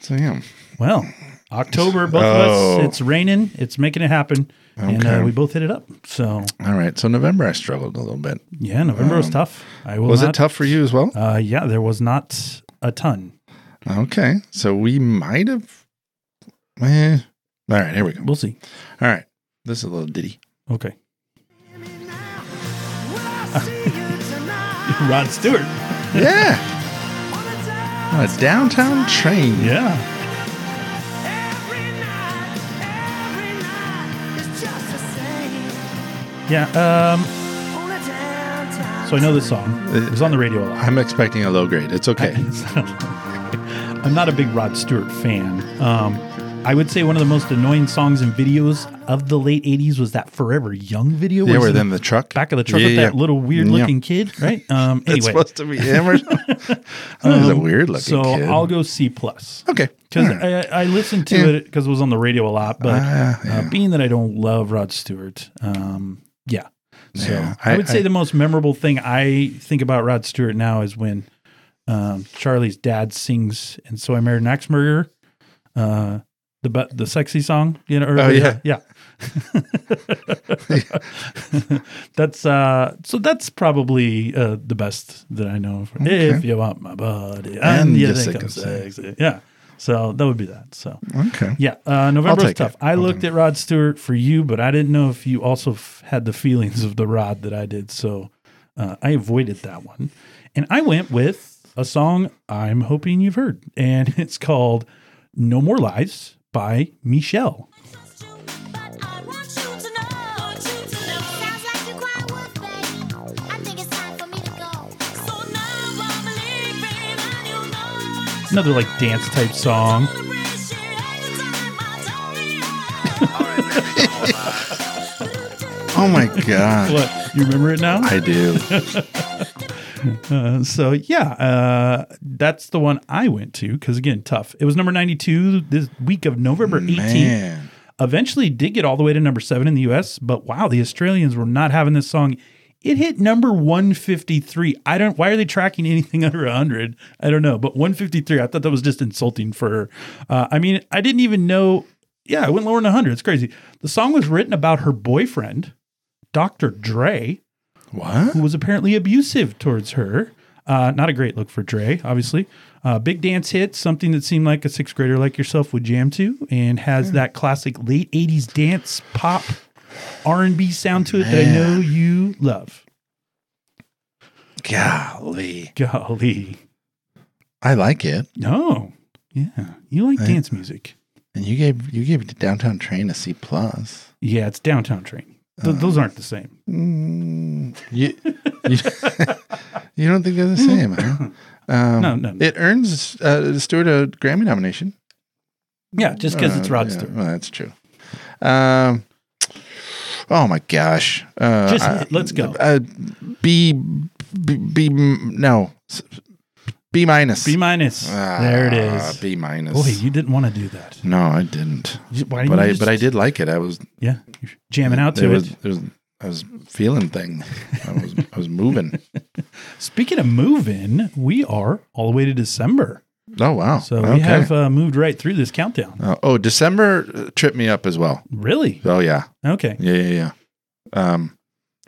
[SPEAKER 2] So, yeah.
[SPEAKER 1] Well, October, both of
[SPEAKER 2] Oh.
[SPEAKER 1] us. It's raining. It's making it happen, and uh,
[SPEAKER 2] Okay.
[SPEAKER 1] we both hit it up. So
[SPEAKER 2] All right. So, November, I struggled a little bit.
[SPEAKER 1] yeah, November was tough. I will
[SPEAKER 2] Was it
[SPEAKER 1] not-
[SPEAKER 2] tough for you as well?
[SPEAKER 1] Uh, yeah, there was not a ton.
[SPEAKER 2] Okay. So, we might have. Eh. All right. Here we go.
[SPEAKER 1] We'll see.
[SPEAKER 2] All right. This is a little ditty.
[SPEAKER 1] Okay. Rod Stewart.
[SPEAKER 2] Yeah. On a Oh, downtown train.
[SPEAKER 1] Yeah. Yeah. Um, so I know this song. It was on the radio a lot.
[SPEAKER 2] I'm expecting a low grade. It's okay.
[SPEAKER 1] I'm not a big Rod Stewart fan. Um, I would say one of the most annoying songs and videos of the late 80s was that Forever Young video.
[SPEAKER 2] yeah,
[SPEAKER 1] where
[SPEAKER 2] we're
[SPEAKER 1] he's
[SPEAKER 2] then
[SPEAKER 1] in
[SPEAKER 2] the truck.
[SPEAKER 1] back of the truck with
[SPEAKER 2] Yeah,
[SPEAKER 1] that
[SPEAKER 2] yeah.
[SPEAKER 1] little weird
[SPEAKER 2] Yeah.
[SPEAKER 1] looking kid, right? Um,
[SPEAKER 2] It's
[SPEAKER 1] anyway. um,
[SPEAKER 2] supposed to be him or something. He's a weird looking
[SPEAKER 1] so
[SPEAKER 2] kid.
[SPEAKER 1] I'll go C plus.
[SPEAKER 2] okay.
[SPEAKER 1] because
[SPEAKER 2] All right.
[SPEAKER 1] I, I listened to
[SPEAKER 2] Yeah.
[SPEAKER 1] it because it was on the radio a lot. But
[SPEAKER 2] Ah,
[SPEAKER 1] uh,
[SPEAKER 2] yeah.
[SPEAKER 1] being that I don't love Rod Stewart, um, yeah. So
[SPEAKER 2] Yeah,
[SPEAKER 1] I,
[SPEAKER 2] I-
[SPEAKER 1] would say
[SPEAKER 2] I-
[SPEAKER 1] the most memorable thing I think about Rod Stewart now is when um, Charlie's dad sings "And So I Married an Axe Murderer," uh, the bu- the sexy song, you know. Or,
[SPEAKER 2] Oh, yeah.
[SPEAKER 1] yeah. that's uh, so. That's probably uh, the best that I know. For, If you want my body, and,
[SPEAKER 2] And
[SPEAKER 1] you
[SPEAKER 2] you
[SPEAKER 1] think
[SPEAKER 2] think
[SPEAKER 1] I'm
[SPEAKER 2] I'm sexy.
[SPEAKER 1] sexy, yeah. So that would be that. So
[SPEAKER 2] okay.
[SPEAKER 1] yeah, uh, November
[SPEAKER 2] I'll
[SPEAKER 1] was
[SPEAKER 2] take
[SPEAKER 1] tough.
[SPEAKER 2] it.
[SPEAKER 1] I
[SPEAKER 2] I'll
[SPEAKER 1] looked at Rod Stewart for you, but I didn't know if you also f- had the feelings of the Rod that I did. So uh, I avoided that one. And I went with a song I'm hoping you've heard. And it's called No More Lies by Michelle. Another like dance type song.
[SPEAKER 2] Oh my god.
[SPEAKER 1] What? You remember it now?
[SPEAKER 2] I do.
[SPEAKER 1] Uh, so yeah, uh, that's the one I went to because again, tough. It was number 92 this week of November 18th.
[SPEAKER 2] Man.
[SPEAKER 1] eventually did get all the way to number seven in the US, but wow, the Australians were not having this song. It hit number 153. I don't, why are they tracking anything under 100? I don't know, but 153, I thought that was just insulting for her. Uh, I mean, I didn't even know. Yeah, it went lower than 100. It's crazy. The song was written about her boyfriend, Dr. Dre,
[SPEAKER 2] What?
[SPEAKER 1] who was apparently abusive towards her. Uh, not a great look for Dre, obviously. Uh, big dance hit, something that seemed like a sixth grader like yourself would jam to, and has
[SPEAKER 2] Hmm.
[SPEAKER 1] that classic late '80s dance pop R and B sound to it that I know you love.
[SPEAKER 2] Golly.
[SPEAKER 1] Golly,
[SPEAKER 2] I like it.
[SPEAKER 1] no, yeah, you like dance music.
[SPEAKER 2] And you gave you gave the downtown train a C plus.
[SPEAKER 1] Yeah, it's Downtown Train.
[SPEAKER 2] Oh.
[SPEAKER 1] Th- those aren't the same.
[SPEAKER 2] Mm, you, you, you don't think they're the same, huh? Um,
[SPEAKER 1] No, no, no.
[SPEAKER 2] It earns uh, Stewart a Grammy nomination.
[SPEAKER 1] Yeah, just because
[SPEAKER 2] Uh,
[SPEAKER 1] it's Rod
[SPEAKER 2] yeah,
[SPEAKER 1] Stewart.
[SPEAKER 2] well, that's true. Um, oh my gosh. Uh,
[SPEAKER 1] Just
[SPEAKER 2] I-
[SPEAKER 1] let's go.
[SPEAKER 2] Uh, B, B, B, no, S- B minus.
[SPEAKER 1] B minus.
[SPEAKER 2] Ah,
[SPEAKER 1] there it is.
[SPEAKER 2] B minus.
[SPEAKER 1] Boy, you didn't want to do that.
[SPEAKER 2] no, I didn't.
[SPEAKER 1] You- Why didn't
[SPEAKER 2] But
[SPEAKER 1] you
[SPEAKER 2] I,
[SPEAKER 1] just-
[SPEAKER 2] but I did like it. I was
[SPEAKER 1] Yeah, you're jamming out to
[SPEAKER 2] there
[SPEAKER 1] it.
[SPEAKER 2] was, there was- I was feeling thing. I was, I was moving.
[SPEAKER 1] Speaking of moving, we are all the way to December.
[SPEAKER 2] Oh wow.
[SPEAKER 1] So we have uh, moved right through this countdown.
[SPEAKER 2] Uh, oh, December uh, tripped me up as well.
[SPEAKER 1] Really?
[SPEAKER 2] Oh yeah,
[SPEAKER 1] Okay.
[SPEAKER 2] yeah, yeah, yeah. Um,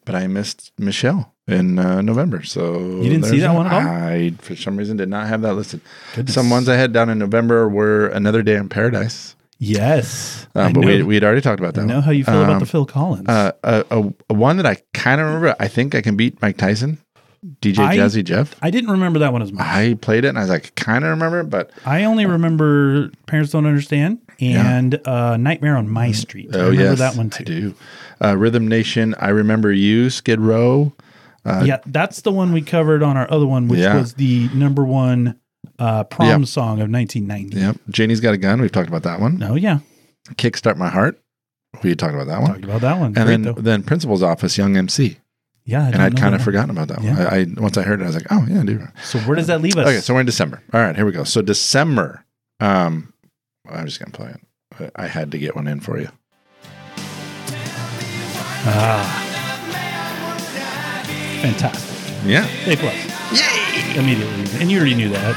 [SPEAKER 2] but I missed Michelle in uh, November, so you
[SPEAKER 1] didn't see that one at all?
[SPEAKER 2] I for some reason did not have that listed.
[SPEAKER 1] Goodness.
[SPEAKER 2] Some ones I had down in November were Another Day in Paradise,
[SPEAKER 1] Yes.
[SPEAKER 2] uh,
[SPEAKER 1] I
[SPEAKER 2] but
[SPEAKER 1] know,
[SPEAKER 2] we we had already talked about
[SPEAKER 1] I
[SPEAKER 2] that.
[SPEAKER 1] know
[SPEAKER 2] one.
[SPEAKER 1] how you feel about
[SPEAKER 2] Um,
[SPEAKER 1] the Phil Collins.
[SPEAKER 2] Uh, a, a, a one that I kind of remember. I think I can beat Mike Tyson. DJ
[SPEAKER 1] I-
[SPEAKER 2] Jazzy Jeff.
[SPEAKER 1] I didn't remember that one as much.
[SPEAKER 2] I played it and I was like, kind of remember, it, but
[SPEAKER 1] I only remember Parents Don't Understand and uh, Nightmare on My Street. I
[SPEAKER 2] oh
[SPEAKER 1] remember
[SPEAKER 2] yeah,
[SPEAKER 1] that one too.
[SPEAKER 2] I do. Uh, Rhythm Nation. I remember you. Skid Row.
[SPEAKER 1] yeah, that's the one we covered on our other one, which
[SPEAKER 2] Yeah.
[SPEAKER 1] was the number one uh, prom
[SPEAKER 2] Yep.
[SPEAKER 1] song of 1990.
[SPEAKER 2] Yep. Janie's got a gun. We've talked about that one.
[SPEAKER 1] Oh yeah,
[SPEAKER 2] Kickstart my heart. We talked about that one.
[SPEAKER 1] talked about that one.
[SPEAKER 2] And
[SPEAKER 1] Great,
[SPEAKER 2] then
[SPEAKER 1] though.
[SPEAKER 2] then principal's office. Young MC.
[SPEAKER 1] yeah,
[SPEAKER 2] and I'd kind of forgotten about that one.
[SPEAKER 1] Yeah.
[SPEAKER 2] I, I once I heard it, I was like, oh yeah, I do.
[SPEAKER 1] So where does that leave us?
[SPEAKER 2] Okay, so we're in December. All right, here we go. So December. Um, I'm just gonna play it. I I had to get one in for you.
[SPEAKER 1] fantastic.
[SPEAKER 2] Yeah,
[SPEAKER 1] A plus. Yay! Immediately, and you already knew that.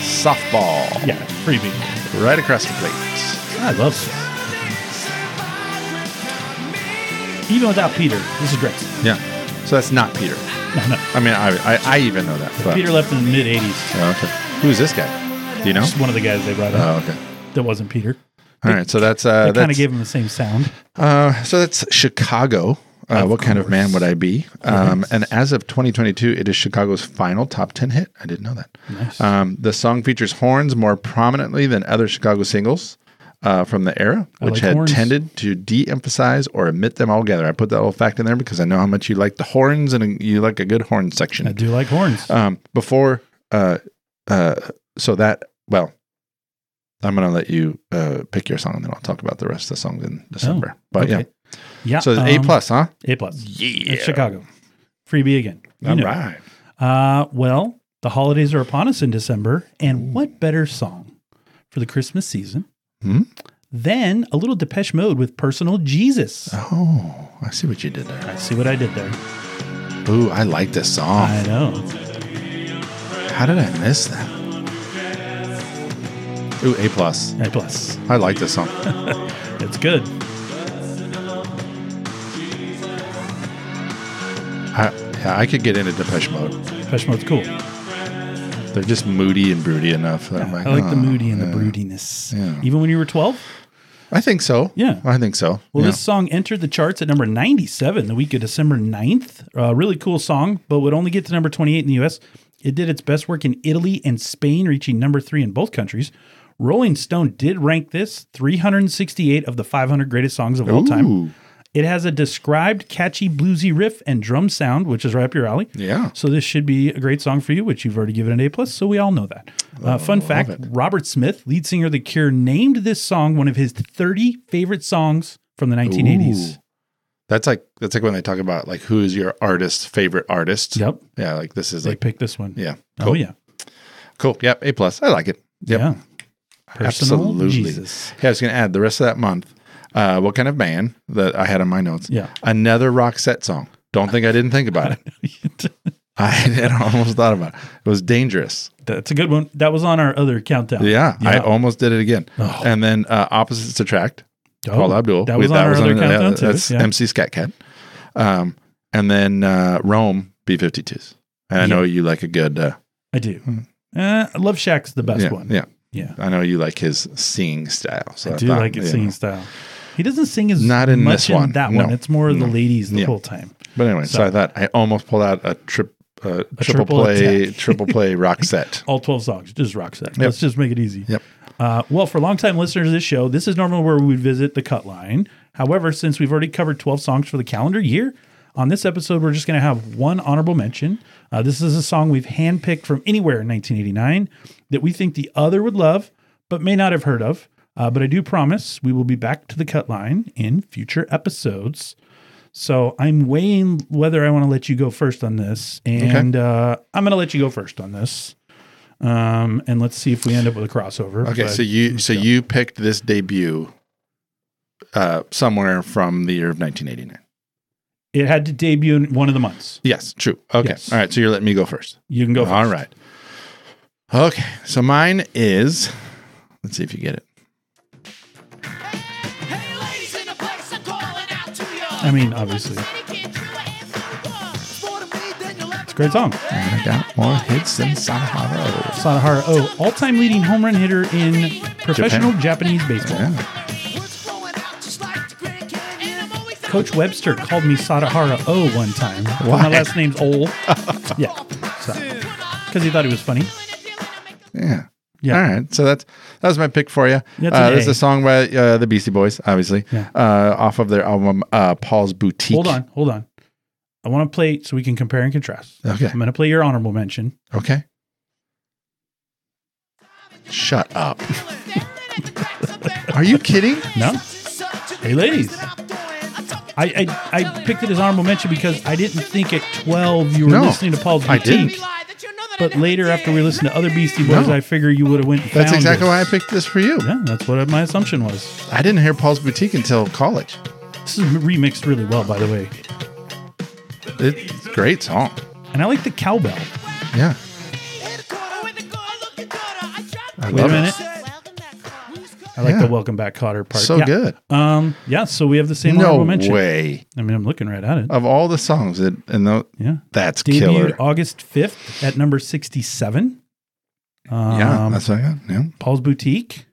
[SPEAKER 2] softball
[SPEAKER 1] Yeah, pretty big.
[SPEAKER 2] right across the plate.
[SPEAKER 1] I love this. Even without Peter, this is great.
[SPEAKER 2] Yeah, so that's not Peter. I mean, I, I I even know that. But,
[SPEAKER 1] Peter left in the mid '80s.
[SPEAKER 2] Oh, okay. Who's this guy? Do you know?
[SPEAKER 1] Just one of the guys they brought up.
[SPEAKER 2] Oh, okay.
[SPEAKER 1] that wasn't Peter.
[SPEAKER 2] All right, so that's uh,
[SPEAKER 1] They kind
[SPEAKER 2] that's
[SPEAKER 1] of gave him the same sound.
[SPEAKER 2] Uh, so that's Chicago. Uh, what kind of man would I be? Um, and as of 2022, it is Chicago's final top 10 hit. I didn't know that. Um, the song features horns more prominently than other Chicago singles uh, from the era, which
[SPEAKER 1] like
[SPEAKER 2] had
[SPEAKER 1] horns.
[SPEAKER 2] tended to de emphasize or omit them altogether. I put that little fact in there because I know how much you like the horns and you like a good horn section
[SPEAKER 1] I do like horns.
[SPEAKER 2] um, before uh, uh, so that well i'm gonna let you uh, pick your song and then i'll talk about the rest of the songs in december but yeah
[SPEAKER 1] Oh, okay. yeah.
[SPEAKER 2] so it's a
[SPEAKER 1] um,
[SPEAKER 2] plus huh
[SPEAKER 1] A plus.
[SPEAKER 2] yeah
[SPEAKER 1] It's Chicago. Freebie again. You
[SPEAKER 2] all
[SPEAKER 1] know.
[SPEAKER 2] right
[SPEAKER 1] Uh, well, the holidays are upon us in December, and what better song for the Christmas season
[SPEAKER 2] Hmm?
[SPEAKER 1] than a little Depeche Mode with "Personal Jesus"?
[SPEAKER 2] oh i see what you did there
[SPEAKER 1] I see what I did there.
[SPEAKER 2] ooh i like this song
[SPEAKER 1] I know.
[SPEAKER 2] how did i miss that ooh a plus
[SPEAKER 1] A plus.
[SPEAKER 2] i like this song
[SPEAKER 1] It's good.
[SPEAKER 2] I, yeah, I could get into depeche mode
[SPEAKER 1] Depeche Mode's cool.
[SPEAKER 2] Oh they're just moody and broody enough that I'm
[SPEAKER 1] I like
[SPEAKER 2] "Oh,
[SPEAKER 1] the moody and
[SPEAKER 2] yeah."
[SPEAKER 1] the broodiness.
[SPEAKER 2] Yeah.
[SPEAKER 1] Even when you were twelve.
[SPEAKER 2] i think so
[SPEAKER 1] Yeah.
[SPEAKER 2] i think so
[SPEAKER 1] Well,
[SPEAKER 2] Yeah.
[SPEAKER 1] this song entered the charts at number 97 the week of December 9th. Uh, really cool song, but would only get to number 28 in the US. It did its best work in Italy and Spain, reaching number three in both countries. Rolling Stone did rank this 368 of the 500 greatest songs of all
[SPEAKER 2] Ooh.
[SPEAKER 1] time. It has a described, catchy, bluesy riff and drum sound, which is right up your alley.
[SPEAKER 2] Yeah.
[SPEAKER 1] So this should be a great song for you, which you've already given an A plus. So we all know that. Uh,
[SPEAKER 2] Oh,
[SPEAKER 1] fun fact: Robert Smith, lead singer of The Cure, named this song one of his 30 favorite songs from the 1980s.
[SPEAKER 2] Ooh. That's like that's like when they talk about like who is your artist favorite artist.
[SPEAKER 1] Yep.
[SPEAKER 2] Yeah, like this is
[SPEAKER 1] They
[SPEAKER 2] like
[SPEAKER 1] picked this one.
[SPEAKER 2] yeah. Cool.
[SPEAKER 1] Oh yeah.
[SPEAKER 2] Cool. Yep. A plus. I like it. Yep.
[SPEAKER 1] Yeah. Personal
[SPEAKER 2] Absolutely.
[SPEAKER 1] Jesus.
[SPEAKER 2] Yeah, I was gonna add the rest of that month. Uh, what kind of man that I had on my notes?
[SPEAKER 1] Yeah.
[SPEAKER 2] Another rock set song. Don't think I didn't think about it. I had almost thought about it. It was dangerous.
[SPEAKER 1] That's a good one. That was on our other countdown.
[SPEAKER 2] Yeah, I
[SPEAKER 1] Oh, Yeah.
[SPEAKER 2] almost did it again. And then uh, opposites attract.
[SPEAKER 1] Oh,
[SPEAKER 2] Paul Abdul.
[SPEAKER 1] That
[SPEAKER 2] We-
[SPEAKER 1] was on our other
[SPEAKER 2] on- yeah,
[SPEAKER 1] countdown too.
[SPEAKER 2] That's
[SPEAKER 1] yeah.
[SPEAKER 2] MC Scat Cat. Um, and then uh, Rome B52s. And I know you like a good. Uh,
[SPEAKER 1] I do. Uh, Love Shack's the best
[SPEAKER 2] yeah,
[SPEAKER 1] one.
[SPEAKER 2] yeah.
[SPEAKER 1] Yeah.
[SPEAKER 2] I know you like his singing style. So
[SPEAKER 1] I do
[SPEAKER 2] thought,
[SPEAKER 1] like his
[SPEAKER 2] you
[SPEAKER 1] singing
[SPEAKER 2] know.
[SPEAKER 1] style. He doesn't sing as
[SPEAKER 2] Not in
[SPEAKER 1] much
[SPEAKER 2] this one.
[SPEAKER 1] In that
[SPEAKER 2] No.
[SPEAKER 1] one. It's more of the
[SPEAKER 2] No.
[SPEAKER 1] ladies the
[SPEAKER 2] Yeah.
[SPEAKER 1] whole time.
[SPEAKER 2] But anyway, so,
[SPEAKER 1] So-
[SPEAKER 2] I thought I almost pulled out a trip, uh, triple,
[SPEAKER 1] triple
[SPEAKER 2] play,
[SPEAKER 1] attack.
[SPEAKER 2] triple play rock set.
[SPEAKER 1] all 12 songs just rock set let's just make it easy
[SPEAKER 2] Yep.
[SPEAKER 1] uh, well for longtime listeners of this show this is normally where we would visit the cut line however since we've already covered 12 songs for the calendar year on this episode we're just going to have one honorable mention uh, this is a song we've handpicked from anywhere in 1989 that we think the other would love but may not have heard of uh, but i do promise we will be back to the cut line in future episodes so I'm weighing whether I want to let you go first on this, and uh, I'm going to let you go first on this. Um, and let's see if we end up with a crossover.
[SPEAKER 2] Okay,
[SPEAKER 1] but-
[SPEAKER 2] so you so you picked this debut uh, somewhere from the year of 1989.
[SPEAKER 1] it had to debut in one of the months.
[SPEAKER 2] Yes, true. Okay,
[SPEAKER 1] Yes.
[SPEAKER 2] all right. So you're letting me go first.
[SPEAKER 1] You can go. First.
[SPEAKER 2] All right. Okay. So mine is. Let's see if you get it.
[SPEAKER 1] I mean, obviously, it's a great song.
[SPEAKER 2] I got more hits than Sahara.
[SPEAKER 1] Sadahara O, oh, all-time leading home run hitter in professional Japanese baseball.
[SPEAKER 2] Yeah.
[SPEAKER 1] Coach Webster called me Sadahara O one time.
[SPEAKER 2] Why?
[SPEAKER 1] My last name's Ol. yeah. Because he thought he was funny.
[SPEAKER 2] Yeah.
[SPEAKER 1] Yeah.
[SPEAKER 2] All right. So that's that was my pick for you.
[SPEAKER 1] That's
[SPEAKER 2] Uh,
[SPEAKER 1] an
[SPEAKER 2] this is
[SPEAKER 1] A.
[SPEAKER 2] a song by uh, the Beastie Boys, obviously,
[SPEAKER 1] Yeah.
[SPEAKER 2] uh, off of their album uh, Paul's Boutique.
[SPEAKER 1] Hold on, hold on. I want to play so we can compare and contrast.
[SPEAKER 2] Okay.
[SPEAKER 1] I'm going to play your honorable mention.
[SPEAKER 2] Okay. Shut up. Are you kidding?
[SPEAKER 1] No?
[SPEAKER 6] Hey, ladies.
[SPEAKER 1] I, I, I picked it as honorable mention because I didn't think at 12 you were
[SPEAKER 2] No,
[SPEAKER 1] listening to Paul's
[SPEAKER 2] I
[SPEAKER 1] Boutique.
[SPEAKER 2] didn't.
[SPEAKER 1] But later, after we listened to other Beastie Boys,
[SPEAKER 2] No.
[SPEAKER 1] I figure you would have went and
[SPEAKER 2] That's
[SPEAKER 1] found
[SPEAKER 2] exactly
[SPEAKER 1] this.
[SPEAKER 2] why I picked this for you.
[SPEAKER 1] Yeah, that's what my assumption was.
[SPEAKER 2] I didn't hear Paul's Boutique until college.
[SPEAKER 1] This is remixed really well, by the way.
[SPEAKER 2] It's a great song.
[SPEAKER 1] And I like the cowbell.
[SPEAKER 2] Yeah.
[SPEAKER 6] I
[SPEAKER 1] Wait a
[SPEAKER 2] love it.
[SPEAKER 1] minute. I like
[SPEAKER 2] Yeah.
[SPEAKER 1] the welcome back Cotter part.
[SPEAKER 2] So
[SPEAKER 1] Yeah.
[SPEAKER 2] good.
[SPEAKER 1] Um, yeah, so we have the same
[SPEAKER 2] No
[SPEAKER 1] honorable mention.
[SPEAKER 2] way.
[SPEAKER 1] I mean, I'm looking right at it.
[SPEAKER 2] Of all the songs, it, and the,
[SPEAKER 1] yeah.
[SPEAKER 2] that's
[SPEAKER 1] Debuted
[SPEAKER 2] killer.
[SPEAKER 1] August 5th at number 67. Um,
[SPEAKER 2] yeah, that's what I got. Yeah.
[SPEAKER 1] Paul's Boutique.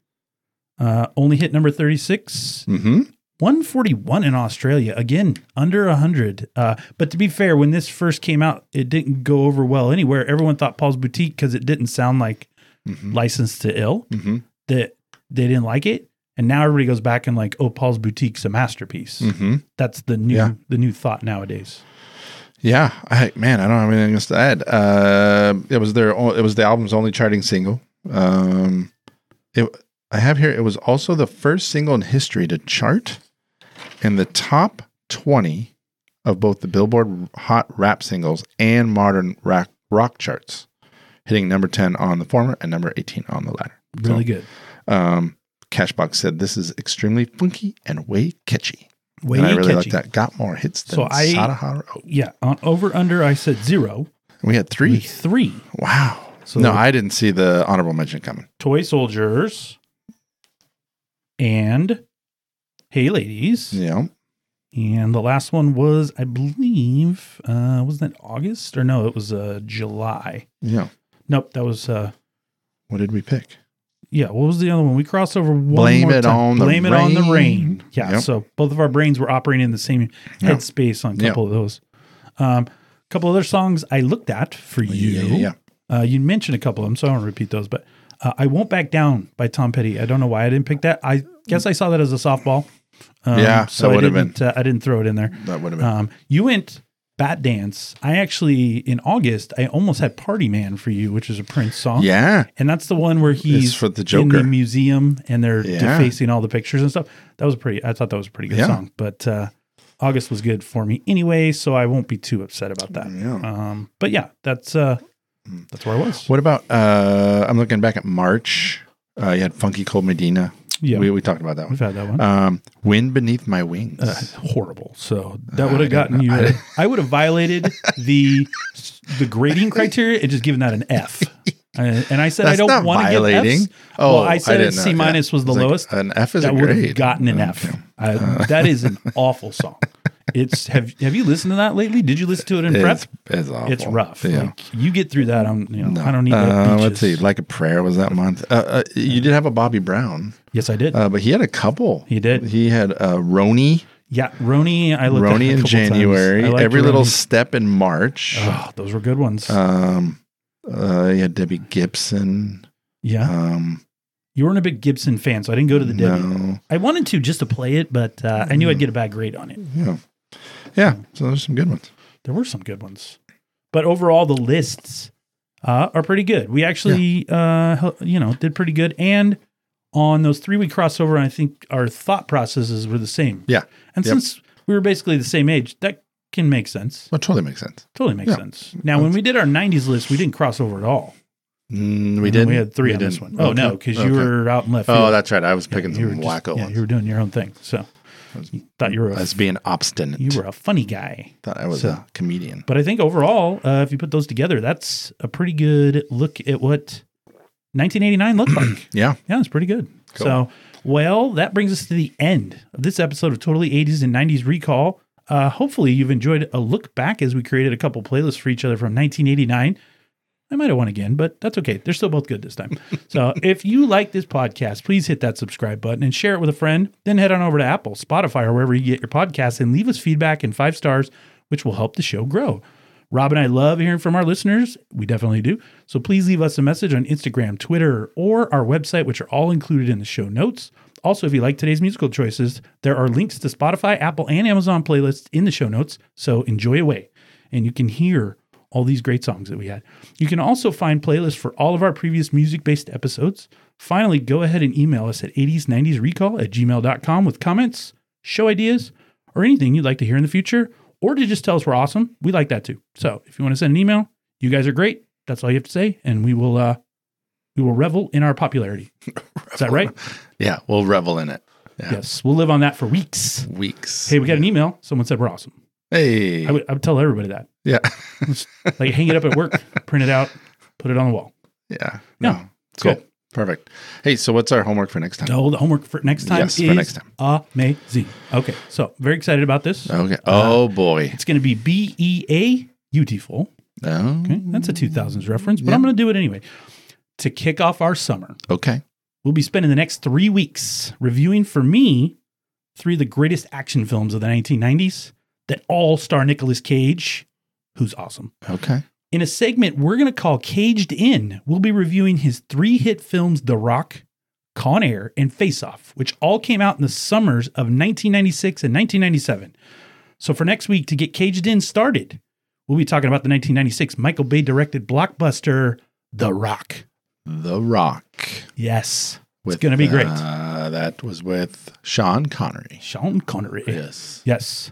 [SPEAKER 1] Uh, only hit number 36.
[SPEAKER 2] Mm-hmm.
[SPEAKER 1] 141 in Australia. Again, under 100. Uh, but to be fair, when this first came out, it didn't go over well anywhere. Everyone thought Paul's Boutique because it didn't sound like
[SPEAKER 2] Mm-hmm.
[SPEAKER 1] Licensed to Ill.
[SPEAKER 2] Mhm.
[SPEAKER 1] That they didn't like it. And now everybody goes back and like, oh, Paul's Boutique's a masterpiece.
[SPEAKER 2] Mm-hmm.
[SPEAKER 1] That's the new
[SPEAKER 2] Yeah.
[SPEAKER 1] the new thought nowadays.
[SPEAKER 2] Yeah, I man, I don't have anything else to add. Uh, it was their, o- it was the album's only charting single. Um, it, I have here. It was also the first single in history to chart in the top twenty of both the Billboard Hot Rap Singles and Modern Rock Rock charts, hitting number ten on the former and number eighteen on the latter.
[SPEAKER 1] Really good.
[SPEAKER 2] Um, Cashbox said this is extremely funky and way catchy.
[SPEAKER 1] Way
[SPEAKER 2] and I really
[SPEAKER 1] catchy.
[SPEAKER 2] like that. Got more hits than
[SPEAKER 1] So I-
[SPEAKER 2] Sadahara. Oh,
[SPEAKER 1] Yeah. On over under, I said zero.
[SPEAKER 2] We had
[SPEAKER 1] Three.
[SPEAKER 2] three.
[SPEAKER 1] Three.
[SPEAKER 2] Wow.
[SPEAKER 1] So-
[SPEAKER 2] no, I didn't see the honorable mention coming.
[SPEAKER 1] Toy Soldiers, and Hey Ladies.
[SPEAKER 2] Yeah.
[SPEAKER 1] And the last one was, I believe, uh, wasn't that August or no? It was uh, July.
[SPEAKER 2] Yeah.
[SPEAKER 1] Nope, that was uh,
[SPEAKER 2] What did we pick?
[SPEAKER 1] yeah. What was the other one? We crossed over one
[SPEAKER 2] Blame
[SPEAKER 1] more
[SPEAKER 2] it
[SPEAKER 1] time.
[SPEAKER 2] on the
[SPEAKER 1] Blame it on the
[SPEAKER 2] rain.
[SPEAKER 1] rain. Yeah.
[SPEAKER 2] Yep.
[SPEAKER 1] So both of our brains were operating in the same
[SPEAKER 2] Yeah.
[SPEAKER 1] headspace on a couple of those. Um, a couple other songs I looked at for you.
[SPEAKER 2] yeah, yeah.
[SPEAKER 1] Uh, you mentioned a couple of them, so I won't repeat those. But uh, I won't back down by Tom Petty. I don't know why I didn't pick that. I guess I saw that as a softball. Um,
[SPEAKER 2] Yeah,
[SPEAKER 1] so
[SPEAKER 2] that
[SPEAKER 1] I
[SPEAKER 2] would've been-
[SPEAKER 1] didn't, Uh, I didn't throw it in there.
[SPEAKER 2] That would have been.
[SPEAKER 1] Um, you went Bat Dance. I actually in August I almost had Party Man for you, which is a Prince song.
[SPEAKER 2] yeah.
[SPEAKER 1] And that's the one where he's
[SPEAKER 2] for the
[SPEAKER 1] in
[SPEAKER 2] Joker.
[SPEAKER 1] the museum and they're
[SPEAKER 2] Yeah.
[SPEAKER 1] defacing all the pictures and stuff. That was pretty. I thought that was a pretty good
[SPEAKER 2] Yeah.
[SPEAKER 1] song. But uh, August was good for me anyway, so I won't be too upset about that.
[SPEAKER 2] Yeah. Hmm.
[SPEAKER 1] Um, but yeah, that's uh, that's where I was.
[SPEAKER 2] What about? uh I'm looking back at March. Uh, you had Funky Cold Medina.
[SPEAKER 1] Yeah.
[SPEAKER 2] We, we talked about that one.
[SPEAKER 1] We've had that one.
[SPEAKER 2] Um, Wind beneath my wings.
[SPEAKER 1] Uh, horrible. So that would
[SPEAKER 2] I
[SPEAKER 1] have gotten
[SPEAKER 2] don't
[SPEAKER 1] you.
[SPEAKER 2] know.
[SPEAKER 1] I, would have violated the the grading criteria and just given that an F. And, and I said I
[SPEAKER 2] That's
[SPEAKER 1] don't
[SPEAKER 2] not
[SPEAKER 1] want to give
[SPEAKER 2] violating.
[SPEAKER 1] Fs.
[SPEAKER 2] Oh,
[SPEAKER 1] well, I said
[SPEAKER 2] I
[SPEAKER 1] a
[SPEAKER 2] didn't know.
[SPEAKER 1] C minus
[SPEAKER 2] Yeah.
[SPEAKER 1] was the
[SPEAKER 2] It's like,
[SPEAKER 1] lowest.
[SPEAKER 2] an F is
[SPEAKER 1] that
[SPEAKER 2] a
[SPEAKER 1] would have
[SPEAKER 2] grade.
[SPEAKER 1] gotten an
[SPEAKER 2] Yeah.
[SPEAKER 1] F. I- that is an awful song. It's have have you listened to that lately? Did you listen to it in prep?
[SPEAKER 2] It's, it's awful.
[SPEAKER 1] It's rough.
[SPEAKER 2] Yeah.
[SPEAKER 1] Like, you get through that. I'm you know I don't need that.
[SPEAKER 2] uh,
[SPEAKER 1] beaches.
[SPEAKER 2] let's see. Like a prayer was that month. Uh, uh, you did have a Bobby Brown,
[SPEAKER 1] yes, I did.
[SPEAKER 2] uh, but he had a couple.
[SPEAKER 1] He did.
[SPEAKER 2] He had uh, Roni.
[SPEAKER 1] yeah, Roni. I looked at
[SPEAKER 2] Roni
[SPEAKER 1] a
[SPEAKER 2] in
[SPEAKER 1] couple times.
[SPEAKER 2] January,
[SPEAKER 1] I liked
[SPEAKER 2] every little
[SPEAKER 1] Roni.
[SPEAKER 2] step in March.
[SPEAKER 1] Oh, those were good ones.
[SPEAKER 2] Um, uh, yeah, Debbie Gibson.
[SPEAKER 1] yeah.
[SPEAKER 2] Um,
[SPEAKER 1] You weren't a big Gibson fan, so I didn't go to the
[SPEAKER 2] no,
[SPEAKER 1] Debbie. I wanted to just to play it, but uh, I knew I'd get a bad grade on it.
[SPEAKER 2] yeah, yeah. So there's some good ones.
[SPEAKER 1] There were some good ones, but overall the lists uh, are pretty good. We actually, uh, hel- you know, did pretty good, and on those three we crossover, I think our thought processes were the same.
[SPEAKER 2] Yeah,
[SPEAKER 1] and
[SPEAKER 2] Yep.
[SPEAKER 1] since we were basically the same age, that can make sense.
[SPEAKER 2] well, totally makes sense.
[SPEAKER 1] Totally makes
[SPEAKER 2] Yeah.
[SPEAKER 1] sense. Now, when we did our '90s list, we didn't cross over at all.
[SPEAKER 2] Mm, we did.
[SPEAKER 1] We had 3 on this one. Oh no, because you were out in left.
[SPEAKER 2] Oh,
[SPEAKER 1] field.
[SPEAKER 2] that's right. I was picking
[SPEAKER 1] you were
[SPEAKER 2] some
[SPEAKER 1] just-
[SPEAKER 2] wacko
[SPEAKER 1] yeah,
[SPEAKER 2] ones.
[SPEAKER 1] You were doing your own thing, so you thought you were
[SPEAKER 2] I
[SPEAKER 1] a
[SPEAKER 2] was being obstinate.
[SPEAKER 1] you were a funny guy.
[SPEAKER 2] Thought I was
[SPEAKER 1] So-
[SPEAKER 2] a comedian.
[SPEAKER 1] But I think overall, uh, if you put those together, that's a pretty good look at what 1989 looked like.
[SPEAKER 2] Yeah.
[SPEAKER 1] yeah, it's pretty good. So, well, that brings us to the end of this episode of Totally 80s and 90s Recall. Uh, hopefully, you've enjoyed a look back as we created a couple playlists for each other from 1989. I They might have won again, but that's okay. They're still both good this time. so if you like this podcast, please hit that subscribe button and share it with a friend. Then head on over to Apple, Spotify, or wherever you get your podcasts and leave us feedback and five stars, which will help the show grow. Rob and I love hearing from our listeners. We definitely do. So please leave us a message on Instagram, Twitter, or our website, which are all included in the show notes. Also, if you like today's musical choices, there are links to Spotify, Apple, and Amazon playlists in the show notes. So enjoy away. And you can hear all these great songs that we had. You can also find playlists for all of our previous music based episodes. Finally, go ahead and email us at 80s90srecall at gmail.com with comments, show ideas, or anything you'd like to hear in the future, or to just tell us we're awesome. We like that too. So if you want to send an email, you guys are great. That's all you have to say, and we will uh, we will revel in our popularity. Is that right?
[SPEAKER 2] Yeah, we'll revel in it. Yeah.
[SPEAKER 1] Yes, we'll live on that for weeks.
[SPEAKER 2] Weeks.
[SPEAKER 1] Hey, we got an email. Someone said we're awesome.
[SPEAKER 2] Hey.
[SPEAKER 1] I would, I would tell everybody that.
[SPEAKER 2] yeah.
[SPEAKER 1] Like, hang it up at work, print it out, put it on the wall.
[SPEAKER 2] yeah.
[SPEAKER 1] Yeah, it's
[SPEAKER 2] Cool.
[SPEAKER 1] good.
[SPEAKER 2] Perfect. Hey, so what's our homework for next time?
[SPEAKER 1] Oh, the homework for next time
[SPEAKER 2] Yes,
[SPEAKER 1] is
[SPEAKER 2] for next time.
[SPEAKER 1] amazing. Okay, so very excited about this.
[SPEAKER 2] Okay. Oh boy.
[SPEAKER 1] It's going to be B E A beautiful.
[SPEAKER 2] Oh.
[SPEAKER 1] Okay, that's a 2000s reference, but I'm going to do it anyway. To kick off our summer,
[SPEAKER 2] Okay.
[SPEAKER 1] we'll be spending the next three weeks reviewing for me three of the greatest action films of the 1990s that all star Nicolas Cage, who's awesome.
[SPEAKER 2] Okay.
[SPEAKER 1] In a segment we're going to call Caged In, we'll be reviewing his three hit films, The Rock, Con Air, and Face Off, which all came out in the summers of 1996 and 1997. So for next week, to get Caged In started, we'll be talking about the 1996 Michael Bay directed blockbuster, The Rock.
[SPEAKER 2] The Rock.
[SPEAKER 1] Yes,
[SPEAKER 2] With,
[SPEAKER 1] it's going to be great.
[SPEAKER 2] Uh, that was with Sean Connery.
[SPEAKER 1] Sean Connery.
[SPEAKER 2] Yes.
[SPEAKER 1] Yes,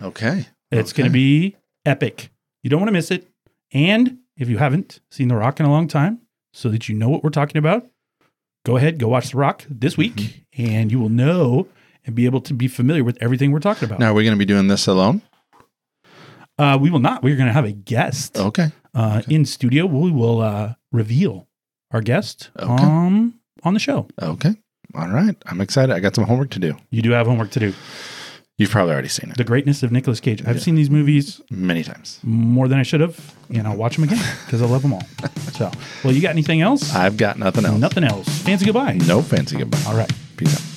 [SPEAKER 2] Okay.
[SPEAKER 1] it's going to be epic. You don't want to miss it. And if you haven't seen The Rock in a long time, so that you know what we're talking about, go ahead, go watch The Rock this week,
[SPEAKER 2] Mm-hmm.
[SPEAKER 1] and you will know and be able to be familiar with everything we're talking about.
[SPEAKER 2] Now are we going to be doing this alone?
[SPEAKER 1] Uh, we will not. We're going to have a guest
[SPEAKER 2] Oh, Okay.
[SPEAKER 1] uh, in studio. We will uh, reveal our guest um, on the show.
[SPEAKER 2] Okay. All right. I'm excited. I got some homework to do.
[SPEAKER 1] You do have homework to do.
[SPEAKER 2] You've probably already seen it
[SPEAKER 1] The greatness of Nicolas Cage. I've seen these movies
[SPEAKER 2] many times.
[SPEAKER 1] more than I should have, and I'll watch them again because I love them all. So, well, you got anything else?
[SPEAKER 2] I've got nothing else.
[SPEAKER 1] Nothing else. Fancy goodbye.
[SPEAKER 2] No fancy goodbye.
[SPEAKER 1] All right.
[SPEAKER 2] Peace out.